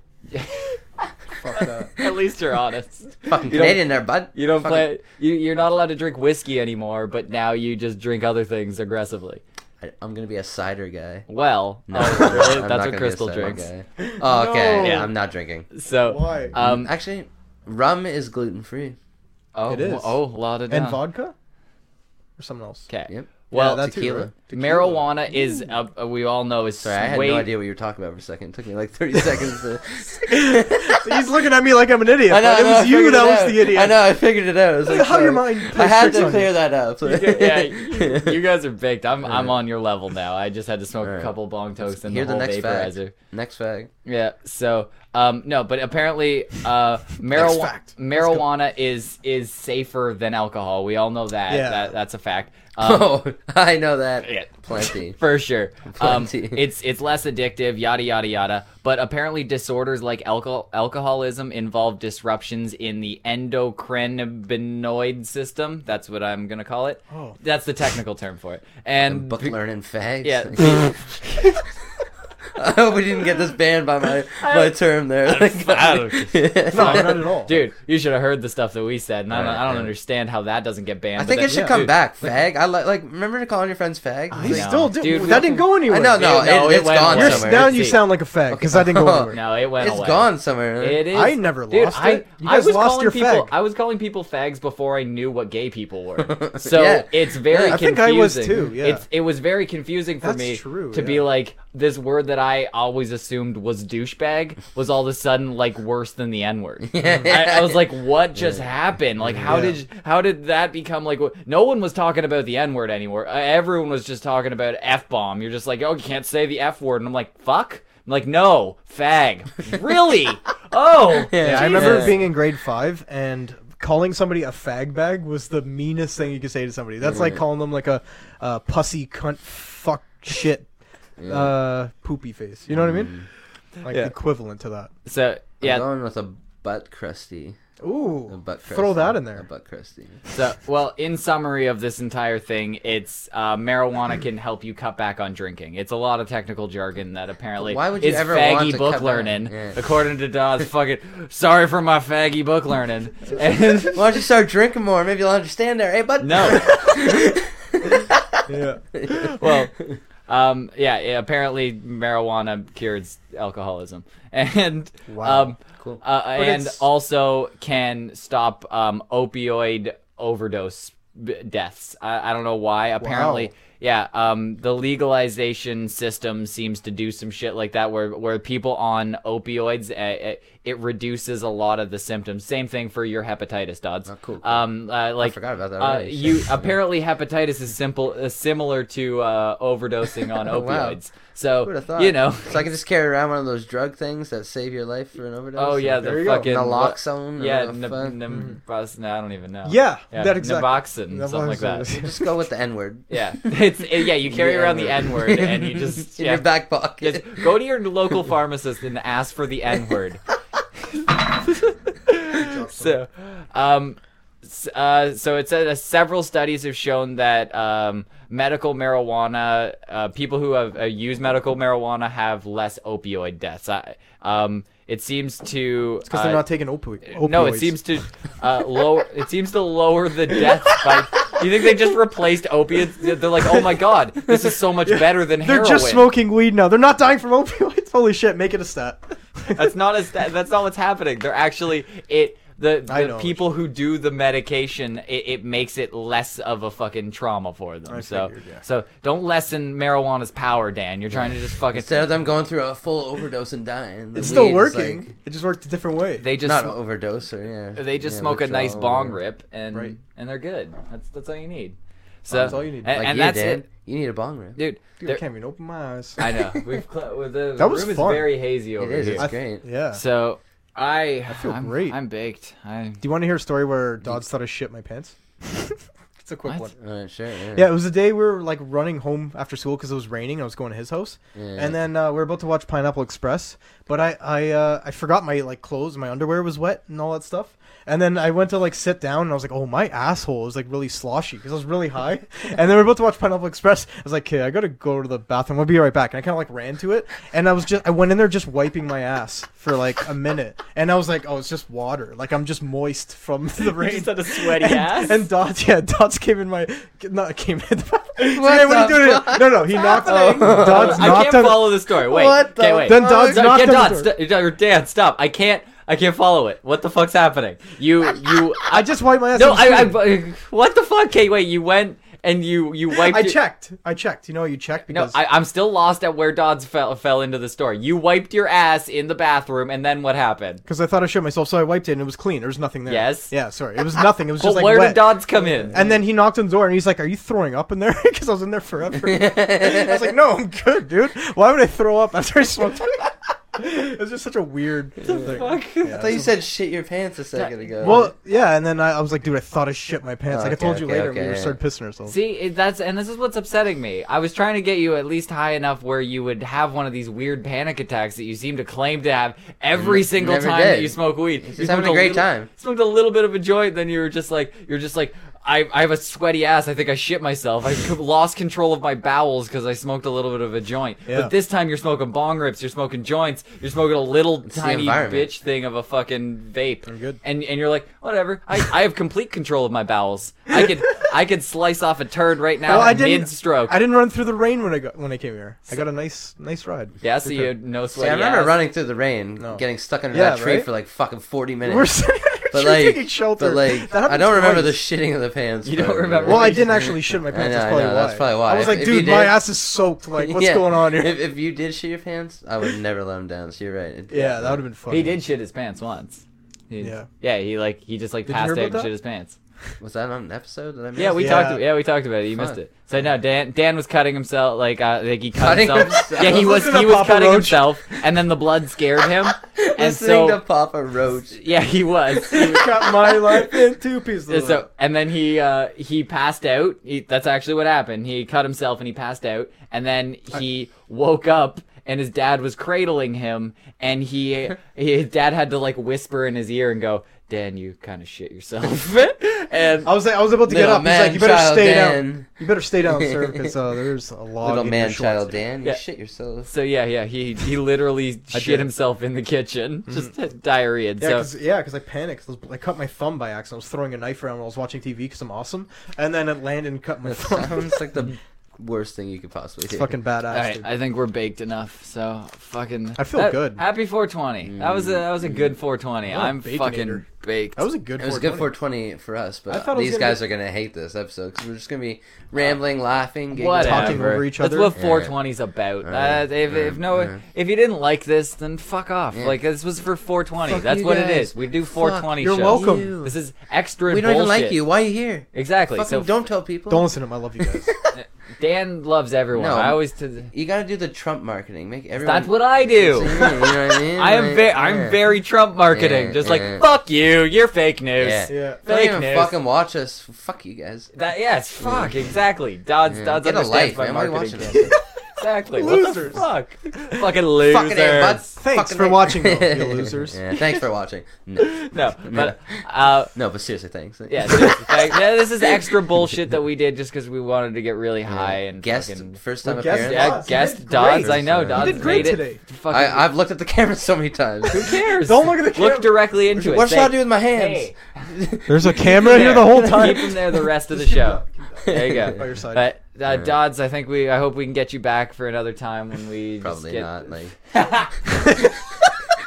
Speaker 2: Fuck that.
Speaker 1: At least you're honest.
Speaker 3: fucking
Speaker 1: You don't-
Speaker 3: Canadian there, bud.
Speaker 1: You don't
Speaker 3: Fucking-
Speaker 1: play you, you're not allowed to drink whiskey anymore, but now you just drink other things aggressively.
Speaker 3: I, I'm gonna be a cider guy.
Speaker 1: Well,
Speaker 3: No,
Speaker 1: oh,
Speaker 3: I'm
Speaker 1: really?
Speaker 3: not
Speaker 1: that's
Speaker 3: gonna
Speaker 1: what
Speaker 3: be a
Speaker 1: Crystal
Speaker 3: cider
Speaker 1: drinks.
Speaker 3: guy. Oh, okay.
Speaker 2: No.
Speaker 3: Yeah, I'm Uh, not drinking.
Speaker 1: So
Speaker 2: Why?
Speaker 1: um
Speaker 3: Actually, rum is gluten free.
Speaker 1: oh,
Speaker 2: It is.
Speaker 1: oh, lot of
Speaker 2: And vodka? Or something else?
Speaker 1: Okay.
Speaker 3: Yep.
Speaker 1: Well,
Speaker 2: that too,
Speaker 3: tequila.
Speaker 2: right? Tequila.
Speaker 1: marijuana is uh, we all know is
Speaker 3: Sorry, I had
Speaker 1: way
Speaker 3: no idea what you were talking about for a second. It took me like 30 seconds to.
Speaker 2: He's looking at me like I'm an idiot.
Speaker 3: I know,
Speaker 2: but
Speaker 3: I
Speaker 2: it
Speaker 3: know, I
Speaker 2: was you
Speaker 3: figured it
Speaker 2: that
Speaker 3: out.
Speaker 2: was the idiot.
Speaker 3: I know, I figured it out. It was like,
Speaker 2: How your
Speaker 3: sorry.
Speaker 2: mind
Speaker 3: I
Speaker 2: plays
Speaker 3: had
Speaker 2: tricks
Speaker 3: to
Speaker 2: on
Speaker 3: clear that up.
Speaker 1: yeah, you, you guys are baked. I'm I'm on your level now. I just had to smoke a
Speaker 3: Alright.
Speaker 1: couple bong toasts and
Speaker 3: Hear
Speaker 1: the
Speaker 3: the
Speaker 1: whole
Speaker 3: next fact.
Speaker 1: vaporizer.
Speaker 3: Next fact.
Speaker 1: Yeah. So, um, no, but apparently, uh,
Speaker 2: Next
Speaker 1: marijuana
Speaker 2: fact. Let's
Speaker 1: marijuana is is safer than alcohol. We all know that.
Speaker 2: Yeah.
Speaker 1: That, that's a fact. Um,
Speaker 3: oh, I know that.
Speaker 1: yeah.
Speaker 3: Plenty.
Speaker 1: for sure. Um,
Speaker 3: Plenty.
Speaker 1: it's it's less addictive, yada yada yada. But apparently, disorders like alcohol alcoholism involve disruptions in the endocannabinoid system. That's what I'm gonna call it.
Speaker 2: Oh.
Speaker 1: That's the technical term for it. And
Speaker 3: Book learning fags.
Speaker 1: yeah,
Speaker 3: I hope we didn't get this banned by my, my term there.
Speaker 1: I don't-
Speaker 2: No, not at all.
Speaker 1: dude, you should have heard the stuff that we said. And I don't, I don't
Speaker 3: Right.
Speaker 1: understand how that doesn't get banned.
Speaker 3: I
Speaker 1: but
Speaker 3: think
Speaker 1: then-
Speaker 3: it should
Speaker 2: yeah.
Speaker 3: come
Speaker 1: Dude,
Speaker 3: back, fag. I like, like remember to call your friends fags?
Speaker 1: I
Speaker 2: He
Speaker 1: know.
Speaker 2: still did.
Speaker 1: Dude,
Speaker 2: that
Speaker 1: we-
Speaker 2: didn't go anywhere.
Speaker 3: I know, no,
Speaker 1: Dude, no,
Speaker 3: it,
Speaker 1: it
Speaker 3: has
Speaker 1: went
Speaker 3: gone
Speaker 1: away.
Speaker 2: You're,
Speaker 1: Yes,
Speaker 3: somewhere.
Speaker 2: now
Speaker 1: Let's
Speaker 2: you
Speaker 1: see.
Speaker 2: sound like a fag because I didn't go anywhere.
Speaker 1: No, it went
Speaker 3: It's
Speaker 1: away.
Speaker 3: gone somewhere.
Speaker 1: It is.
Speaker 2: I never
Speaker 1: Dude,
Speaker 2: lost
Speaker 1: I,
Speaker 2: it. You
Speaker 1: I
Speaker 2: guys
Speaker 1: was
Speaker 2: lost
Speaker 1: calling
Speaker 2: your
Speaker 1: people.
Speaker 2: fag.
Speaker 1: I was calling people fags before I knew what gay people were. So
Speaker 3: Yeah.
Speaker 1: it's very.
Speaker 3: Yeah, I
Speaker 2: think I was
Speaker 1: confusing.
Speaker 2: too, yeah.
Speaker 1: It's, it was very confusing for
Speaker 2: That's
Speaker 1: me
Speaker 2: true,
Speaker 1: to be
Speaker 2: yeah.
Speaker 1: like this word that I always assumed was douchebag was all of a sudden like worse than the n word. I, I was like, what just happened? Like, how
Speaker 2: Yeah.
Speaker 1: did how did that become like? wh- No one was talking about the n word anymore. Uh, Everyone was just talking about f bomb. You're just like, oh, you can't say the f word, and I'm like, fuck. I'm like, no, fag. really? Oh,
Speaker 2: Yeah, I remember
Speaker 1: Jesus.
Speaker 2: being in grade five and calling somebody a fag bag was the meanest thing you could say to somebody. That's
Speaker 1: Mm.
Speaker 2: like calling them like a uh, pussy cunt fuck shit uh, poopy face. You know what I mean? Like
Speaker 1: Yeah.
Speaker 2: equivalent to that.
Speaker 1: So
Speaker 3: Yeah.
Speaker 1: yeah,
Speaker 3: Going with a butt crusty.
Speaker 2: Ooh,
Speaker 3: A butt crusty.
Speaker 2: throw that in
Speaker 3: A
Speaker 2: there.
Speaker 3: butt crusty.
Speaker 1: so well, in summary of this entire thing, it's uh, marijuana can help you cut back on drinking. It's a lot of technical jargon that apparently
Speaker 3: Why would you
Speaker 1: is
Speaker 3: ever
Speaker 1: faggy
Speaker 3: want to
Speaker 1: book
Speaker 3: cut back?
Speaker 1: learning,
Speaker 3: Yeah.
Speaker 1: according to Dawes. fucking sorry for my faggy book learning. And
Speaker 3: Why don't you start drinking more? Maybe you'll understand there. Hey, bud.
Speaker 1: no,
Speaker 2: Yeah.
Speaker 1: well, Um, yeah, yeah, apparently marijuana cures alcoholism, and
Speaker 3: Wow.
Speaker 1: um,
Speaker 3: Cool.
Speaker 1: uh, and
Speaker 2: it's-
Speaker 1: also can stop um, opioid overdose b- deaths. I, I don't know why. Apparently,
Speaker 2: Wow.
Speaker 1: yeah, um, the legalization system seems to do some shit like that, where where people on opioids, uh, it, it reduces a lot of the symptoms. Same thing for your hepatitis, Dodds.
Speaker 3: Oh, cool, cool.
Speaker 1: Um, uh, like
Speaker 3: forgot about that
Speaker 1: Uh,
Speaker 3: already.
Speaker 1: you
Speaker 3: Shit.
Speaker 1: apparently hepatitis is simple, uh, similar to uh, overdosing on
Speaker 3: Oh, wow.
Speaker 1: opioids. So
Speaker 3: Who would have thought?
Speaker 1: you know,
Speaker 3: so I can just carry around one of those drug things that save your life for an overdose.
Speaker 1: Oh yeah,
Speaker 2: There
Speaker 1: the
Speaker 2: you go.
Speaker 1: fucking
Speaker 3: naloxone. or
Speaker 1: Yeah,
Speaker 3: whatever the
Speaker 1: n-
Speaker 3: fuck. Mm-hmm.
Speaker 1: n- bros- no, I don't even know.
Speaker 2: Yeah, that exactly.
Speaker 1: Naboxin, something like that.
Speaker 2: Naboxin.
Speaker 3: just go with the N word.
Speaker 1: Yeah, it's it- yeah. You carry
Speaker 3: The
Speaker 1: around the N
Speaker 3: N-word.
Speaker 1: word and you just
Speaker 3: in
Speaker 1: yeah.
Speaker 3: your back
Speaker 1: Just
Speaker 3: pocket.
Speaker 1: go to your local pharmacist and ask for the N word. so, um, s- uh, so it said uh, several studies have shown that um, medical marijuana, uh, people who have uh, used medical marijuana have less opioid deaths. I, um, it seems to
Speaker 2: because
Speaker 1: uh,
Speaker 2: they're not taking opi- opioids.
Speaker 1: no, it seems to uh, lower. It seems to lower the deaths by. You think they just replaced opiates? They're they're like, oh my god, this is so much better than
Speaker 2: they're
Speaker 1: heroin.
Speaker 2: just smoking weed now. They're not dying from opioids. Holy shit! Make it a stat.
Speaker 1: That's not as. that- That's not what's happening. They're actually it. The,
Speaker 2: I
Speaker 1: the
Speaker 2: know.
Speaker 1: people who do the medication, it, it makes it less of a fucking trauma for them.
Speaker 2: I
Speaker 1: so,
Speaker 2: figured, yeah.
Speaker 1: so don't lessen marijuana's power, Dan. You're trying to just fucking.
Speaker 3: Instead of them going through a full overdose and dying, the
Speaker 2: It's
Speaker 3: weed
Speaker 2: still
Speaker 3: is
Speaker 2: working.
Speaker 3: like-
Speaker 2: it just worked a different way.
Speaker 1: they just
Speaker 3: not an overdose, or yeah.
Speaker 1: they just
Speaker 3: yeah,
Speaker 1: smoke a nice
Speaker 3: withdrawal.
Speaker 1: bong rip and
Speaker 2: Right.
Speaker 1: and they're good. That's that's all you need. So
Speaker 2: That's all you need.
Speaker 1: And,
Speaker 3: Like
Speaker 1: and
Speaker 3: you,
Speaker 1: that's
Speaker 3: Dan,
Speaker 1: it.
Speaker 3: You need a bong rip.
Speaker 1: dude.
Speaker 2: Dude,
Speaker 1: there-
Speaker 2: I can't even open my eyes.
Speaker 1: I know we've cl- well, the, the
Speaker 2: That was
Speaker 1: room
Speaker 2: fun.
Speaker 1: is very hazy over
Speaker 3: it is.
Speaker 1: here.
Speaker 3: It's
Speaker 2: I-
Speaker 3: great.
Speaker 2: yeah.
Speaker 1: So I I
Speaker 2: feel
Speaker 1: am
Speaker 2: great.
Speaker 1: I'm baked. I
Speaker 2: Do you want to hear a story where Dodds thought I shit my pants? it's a quick
Speaker 1: What?
Speaker 2: one.
Speaker 3: Alright, Oh, sure. Yeah.
Speaker 2: Yeah, it was the day we were like running home after school because it was raining. I was going to his house,
Speaker 3: Yeah.
Speaker 2: and then uh, we were about to watch Pineapple Express. But I I uh, I forgot my like clothes, my underwear was wet and all that stuff. And then I went to like sit down, and I was like, oh my asshole is like really sloshy because I was really high. and then we were about to watch Pineapple Express. I was like, okay, I gotta go to the bathroom. I'll be right back. And I kind of like ran to it, and I was just I went in there just wiping my ass for like a minute, and I was like, oh, it's just water. Like I'm just moist from the rain.
Speaker 1: just had a sweaty
Speaker 2: and,
Speaker 1: ass?
Speaker 2: And Dots, yeah, Dots came in my not came in. So,
Speaker 3: What
Speaker 2: yeah, what are
Speaker 3: the
Speaker 2: you doing? No, no, he knocked. Dodds
Speaker 1: I
Speaker 2: knocked
Speaker 1: can't
Speaker 2: on.
Speaker 1: follow the story. Wait,
Speaker 3: What the
Speaker 1: okay, wait.
Speaker 2: Then Dodds
Speaker 1: No,
Speaker 2: knocked
Speaker 1: get
Speaker 2: on the
Speaker 1: Dodds,
Speaker 2: door.
Speaker 1: st- uh, Dan, stop. I can't. I can't follow it. What the fuck's happening? You, you.
Speaker 2: I just wiped my ass.
Speaker 1: no.
Speaker 2: on the
Speaker 1: I,
Speaker 2: street.
Speaker 1: I. What the fuck? Okay, wait. You went and you you wiped.
Speaker 2: I
Speaker 1: your-
Speaker 2: checked. I checked. You know, you checked
Speaker 1: No,
Speaker 2: because
Speaker 1: I, I'm still lost at where Dodds fell fell into the story. You wiped your ass in the bathroom, and then what happened?
Speaker 2: because I, thought I shit myself, so I wiped it and it was clean. There was nothing there.
Speaker 1: Yes.
Speaker 2: Yeah, sorry, it was nothing. It was
Speaker 1: But
Speaker 2: just like
Speaker 1: where
Speaker 2: wet.
Speaker 1: did Dodds come in?
Speaker 2: and then he knocked on the door and he's like, "Are you throwing up in there?" Because I was in there forever. I was like, "No, I'm good, dude. Why would I throw up after I smoked?" it was just such a weird thing.
Speaker 3: I thought you said shit your pants a second ago.
Speaker 2: Well, yeah, and then I, I was like, dude, I thought I shit my pants.
Speaker 3: Oh,
Speaker 2: like
Speaker 3: okay,
Speaker 2: I told you
Speaker 3: okay,
Speaker 2: later,
Speaker 3: okay,
Speaker 2: we
Speaker 3: yeah.
Speaker 2: started pissing ourselves.
Speaker 1: See, it- that's and this is what's upsetting me. I was trying to get you at least high enough where you would have one of these weird panic attacks that you seem to claim to have every single
Speaker 3: never
Speaker 1: time that
Speaker 3: did.
Speaker 1: you smoke weed.
Speaker 3: just
Speaker 1: you
Speaker 3: having
Speaker 1: smoked
Speaker 3: a great
Speaker 1: little-
Speaker 3: time.
Speaker 1: Smoked a little bit of a joint, then you were just like, you're just like, I, I have a sweaty ass. I think I shit myself. I c- lost control of my bowels because I smoked a little bit of a joint.
Speaker 2: Yeah.
Speaker 1: But this time you're smoking bong rips, you're smoking joints, you're smoking a little
Speaker 3: the
Speaker 1: tiny
Speaker 3: environment.
Speaker 1: bitch thing of a fucking vape. I'm
Speaker 2: good.
Speaker 1: And and you're like, whatever. I, I have complete control of my bowels. I could I could slice off a turd right now
Speaker 2: Well, I didn't-
Speaker 1: mid stroke.
Speaker 2: I didn't run through the rain when I got when I came here. I got a nice nice ride.
Speaker 1: Yeah, so you had no
Speaker 3: See, I
Speaker 1: sweaty
Speaker 3: remember
Speaker 1: ass.
Speaker 3: running through the rain,
Speaker 2: No.
Speaker 3: getting stuck under
Speaker 2: Yeah,
Speaker 3: that tree
Speaker 2: right?
Speaker 3: for like fucking forty minutes.
Speaker 2: We're sitting
Speaker 3: but
Speaker 2: here
Speaker 3: like,
Speaker 2: taking shelter.
Speaker 3: but like,
Speaker 2: That
Speaker 3: I
Speaker 2: happened
Speaker 3: don't remember the
Speaker 2: twice.
Speaker 3: shitting of the pants.
Speaker 1: You don't
Speaker 3: but-
Speaker 1: remember?
Speaker 2: well, I didn't actually shit my
Speaker 3: I
Speaker 2: pants.
Speaker 3: know,
Speaker 2: that's,
Speaker 3: I
Speaker 2: probably
Speaker 3: know,
Speaker 2: why.
Speaker 3: that's probably why.
Speaker 2: I was
Speaker 3: If-
Speaker 2: like,
Speaker 3: if you
Speaker 2: dude, my
Speaker 3: did-
Speaker 2: ass is soaked. Like, what's
Speaker 3: Yeah.
Speaker 2: going on here?
Speaker 3: If, if you did shit your pants, I would never let him down. So you're right. It-
Speaker 2: yeah, that would have been fun.
Speaker 1: He did shit his pants once. He-
Speaker 2: Yeah.
Speaker 1: Yeah, he like he just like
Speaker 2: Did you
Speaker 1: passed
Speaker 2: hear
Speaker 1: out
Speaker 2: about
Speaker 1: and
Speaker 2: that?
Speaker 1: shit his pants.
Speaker 3: Was that on an episode that I missed?
Speaker 1: Yeah, we
Speaker 2: Yeah.
Speaker 1: talked. Yeah, we talked about it. You
Speaker 3: Fun.
Speaker 1: missed it. So no, Dan. Dan was cutting himself. Like, uh, like he cut
Speaker 3: Cutting
Speaker 1: himself.
Speaker 3: himself.
Speaker 1: Yeah, he was.
Speaker 2: Listen to
Speaker 1: He was
Speaker 2: Papa
Speaker 1: cutting
Speaker 2: Roach.
Speaker 1: himself, and then the blood scared him. and
Speaker 3: Listening
Speaker 1: so,
Speaker 3: to Papa Roach.
Speaker 1: yeah, he was. He was-
Speaker 2: Cut my life in two pieces.
Speaker 1: And so and then he uh he passed out. He, that's actually what happened. He cut himself and he passed out. And then he woke up and his dad was cradling him. And he, his dad had to like whisper in his ear and go, "Dan, you kind of shit yourself." and
Speaker 2: I was like, I was about to get
Speaker 3: Little
Speaker 2: up. He's like,
Speaker 3: man
Speaker 2: you better
Speaker 3: child
Speaker 2: stay down.
Speaker 3: Dan.
Speaker 2: You better stay down, sir, because uh, there's a lot.
Speaker 3: Little
Speaker 2: in your
Speaker 3: man
Speaker 2: shorts."
Speaker 3: child Dan, you
Speaker 1: Yeah.
Speaker 3: shit yourself.
Speaker 1: so yeah, yeah, he he literally shit
Speaker 2: did. Mm-hmm.
Speaker 1: himself in the kitchen, just diarrhea.
Speaker 2: Yeah,
Speaker 1: so
Speaker 2: cause, yeah, 'cause I panicked. I, was- I cut my thumb by accident. I was throwing a knife around while I was watching TV because I'm awesome, and then it landed and cut my
Speaker 3: That
Speaker 2: thumb.
Speaker 3: sounds like the worst thing you could possibly do.
Speaker 2: It's fucking badass.
Speaker 1: All right,
Speaker 2: dude.
Speaker 1: I think we're baked enough. So fucking.
Speaker 2: I feel
Speaker 1: that-
Speaker 2: good.
Speaker 1: Happy 420. That was a that was a good 420.
Speaker 2: Mm-hmm. What a
Speaker 1: I'm fucking
Speaker 2: baconator.
Speaker 1: baked.
Speaker 2: that was a good.
Speaker 3: It was a good
Speaker 2: 420.
Speaker 3: 420 for us,
Speaker 2: I
Speaker 3: but
Speaker 2: thought it was
Speaker 3: these
Speaker 2: gonna
Speaker 3: guys
Speaker 2: be-
Speaker 3: are gonna hate this episode because we're just gonna be rambling, laughing, giggling.
Speaker 1: Oh. Whatever.
Speaker 2: Talking over each other.
Speaker 1: That's what
Speaker 3: Yeah.
Speaker 1: 420 is about.
Speaker 3: Yeah.
Speaker 1: Uh, if, if
Speaker 3: Yeah.
Speaker 1: no,
Speaker 3: Yeah.
Speaker 1: if you didn't like this, then fuck off.
Speaker 3: Yeah.
Speaker 1: Like this was for 420.
Speaker 3: Fuck
Speaker 1: That's
Speaker 3: you
Speaker 1: what it
Speaker 3: guys.
Speaker 1: is. We do
Speaker 3: Fuck
Speaker 1: 420
Speaker 2: You're
Speaker 1: shows.
Speaker 2: welcome.
Speaker 3: You.
Speaker 1: This is extra.
Speaker 3: We don't even
Speaker 1: bullshit.
Speaker 3: like you. Why are you here?
Speaker 1: Exactly.
Speaker 3: Fucking
Speaker 1: So
Speaker 3: don't tell people.
Speaker 2: Don't listen to him. I love you guys.
Speaker 1: Dan loves everyone.
Speaker 3: No.
Speaker 1: I always to.
Speaker 3: You gotta do the Trump marketing. Make everyone.
Speaker 1: That's what I do.
Speaker 3: You know what I mean?
Speaker 1: I am
Speaker 3: Like,
Speaker 1: very,
Speaker 3: yeah.
Speaker 1: I'm very Trump marketing.
Speaker 3: Yeah,
Speaker 1: just like
Speaker 3: yeah.
Speaker 1: fuck you, you're fake news.
Speaker 3: Yeah.
Speaker 2: yeah.
Speaker 3: Don't
Speaker 1: Fake
Speaker 3: even
Speaker 1: news.
Speaker 3: fucking watch us. Fuck you guys.
Speaker 1: That yes, fuck exactly. Dodds,
Speaker 3: Yeah.
Speaker 1: Dodds
Speaker 3: Get a
Speaker 1: understands
Speaker 3: life,
Speaker 1: my
Speaker 3: man. Why are you
Speaker 1: marketing.
Speaker 3: watching
Speaker 1: game. exactly.
Speaker 2: Losers.
Speaker 1: What the fuck? Fucking losers.
Speaker 3: Fucking A, bud.
Speaker 2: Thanks
Speaker 3: Fucking
Speaker 2: for
Speaker 3: A.
Speaker 2: watching, though, you losers.
Speaker 3: yeah, thanks for watching. No,
Speaker 1: No, but uh,
Speaker 3: no, but seriously, thanks.
Speaker 1: yeah, seriously, like, yeah, this is extra bullshit that we did just because we wanted to get really high and
Speaker 3: guest
Speaker 1: fucking-
Speaker 3: first time
Speaker 2: Well, guest-
Speaker 3: appearance.
Speaker 1: yeah,
Speaker 2: Dodds, you
Speaker 1: guest
Speaker 2: did
Speaker 1: Dodds.
Speaker 2: great.
Speaker 1: I know
Speaker 3: You
Speaker 1: Dodds
Speaker 2: did great
Speaker 1: made
Speaker 2: today.
Speaker 1: it. Fucking,
Speaker 3: I, I've looked at the camera so many times.
Speaker 1: who cares?
Speaker 2: Don't look at the camera.
Speaker 1: Look directly into it.
Speaker 3: what should I
Speaker 1: Say,
Speaker 3: do with my hands?
Speaker 1: Hey.
Speaker 2: There's a camera
Speaker 1: Keep
Speaker 2: here
Speaker 1: him
Speaker 2: the
Speaker 1: there.
Speaker 2: whole time.
Speaker 1: Keep him there the rest of the show. There you
Speaker 2: By your
Speaker 1: go.
Speaker 2: side.
Speaker 1: But uh, Dodds, I think we. I hope we can get you back for another time when we just
Speaker 3: Probably
Speaker 1: get-
Speaker 3: not. Like,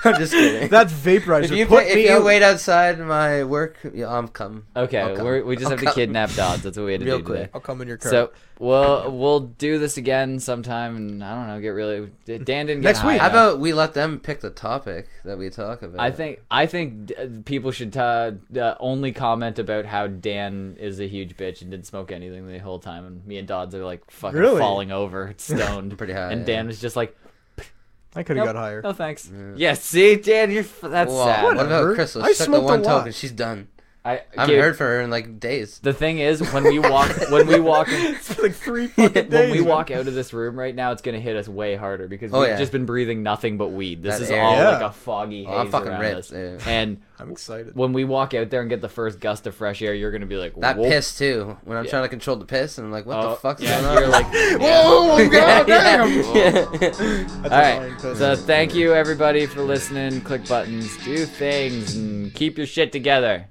Speaker 3: I'm just kidding.
Speaker 2: that vaporizer
Speaker 3: if you
Speaker 2: put
Speaker 3: if
Speaker 2: me
Speaker 3: you
Speaker 2: out.
Speaker 3: wait outside my work, yeah, I'm come.
Speaker 1: okay,
Speaker 3: I'll come.
Speaker 1: we're, we just
Speaker 3: I'll
Speaker 1: have to
Speaker 3: come.
Speaker 1: kidnap Dodds. That's what we had to
Speaker 3: Real
Speaker 1: do
Speaker 3: quick.
Speaker 1: today.
Speaker 2: I'll come in your car.
Speaker 1: So we'll we'll do this again sometime, and I don't know. Get really Dan didn't get
Speaker 2: Next
Speaker 1: high
Speaker 2: week.
Speaker 1: enough.
Speaker 3: How about we let them pick the topic that we talk about?
Speaker 1: I think I think uh, people should uh, uh, only comment about how Dan is a huge bitch and didn't smoke anything the whole time, and me and Dodds are like fucking
Speaker 2: Really?
Speaker 1: falling over, stoned,
Speaker 3: Pretty high,
Speaker 1: and
Speaker 3: yeah.
Speaker 1: Dan was just like,
Speaker 2: I could have
Speaker 1: nope,
Speaker 2: got higher.
Speaker 1: No thanks. Yes, see, Dan, you're f- that's
Speaker 3: Wow,
Speaker 1: sad.
Speaker 3: What
Speaker 2: Whatever.
Speaker 3: about Crystal?
Speaker 2: I
Speaker 3: She took the
Speaker 2: smoked a
Speaker 3: one
Speaker 2: lot.
Speaker 3: token. She's done.
Speaker 1: I,
Speaker 3: I haven't
Speaker 1: dude,
Speaker 3: heard from her in like days.
Speaker 1: The thing is, when we walk, when we walk,
Speaker 2: it's like three fucking days.
Speaker 1: when we
Speaker 2: man.
Speaker 1: walk out of this room right now, it's gonna hit us way harder because
Speaker 3: Oh,
Speaker 1: we've
Speaker 3: yeah.
Speaker 1: just been breathing nothing but weed. This
Speaker 3: That
Speaker 1: is
Speaker 3: air.
Speaker 1: all
Speaker 2: Yeah.
Speaker 1: like a foggy haze
Speaker 3: Oh, I'm fucking
Speaker 1: around
Speaker 3: ripped.
Speaker 1: us.
Speaker 3: yeah.
Speaker 1: And
Speaker 2: I'm excited.
Speaker 1: when we walk out there and get the first gust of fresh air, you're gonna be like,
Speaker 3: That
Speaker 1: "Whoa."
Speaker 3: piss too. When I'm
Speaker 1: Yeah.
Speaker 3: trying to control the piss, and I'm like, what
Speaker 1: Oh,
Speaker 3: the fuck's
Speaker 1: yeah,
Speaker 3: going on?
Speaker 1: You're like,
Speaker 3: oh
Speaker 1: Yeah,
Speaker 3: god
Speaker 2: That's
Speaker 1: all right.
Speaker 2: annoying, 'cause-
Speaker 1: So thank you everybody for listening. Click buttons, do things, and keep your shit together.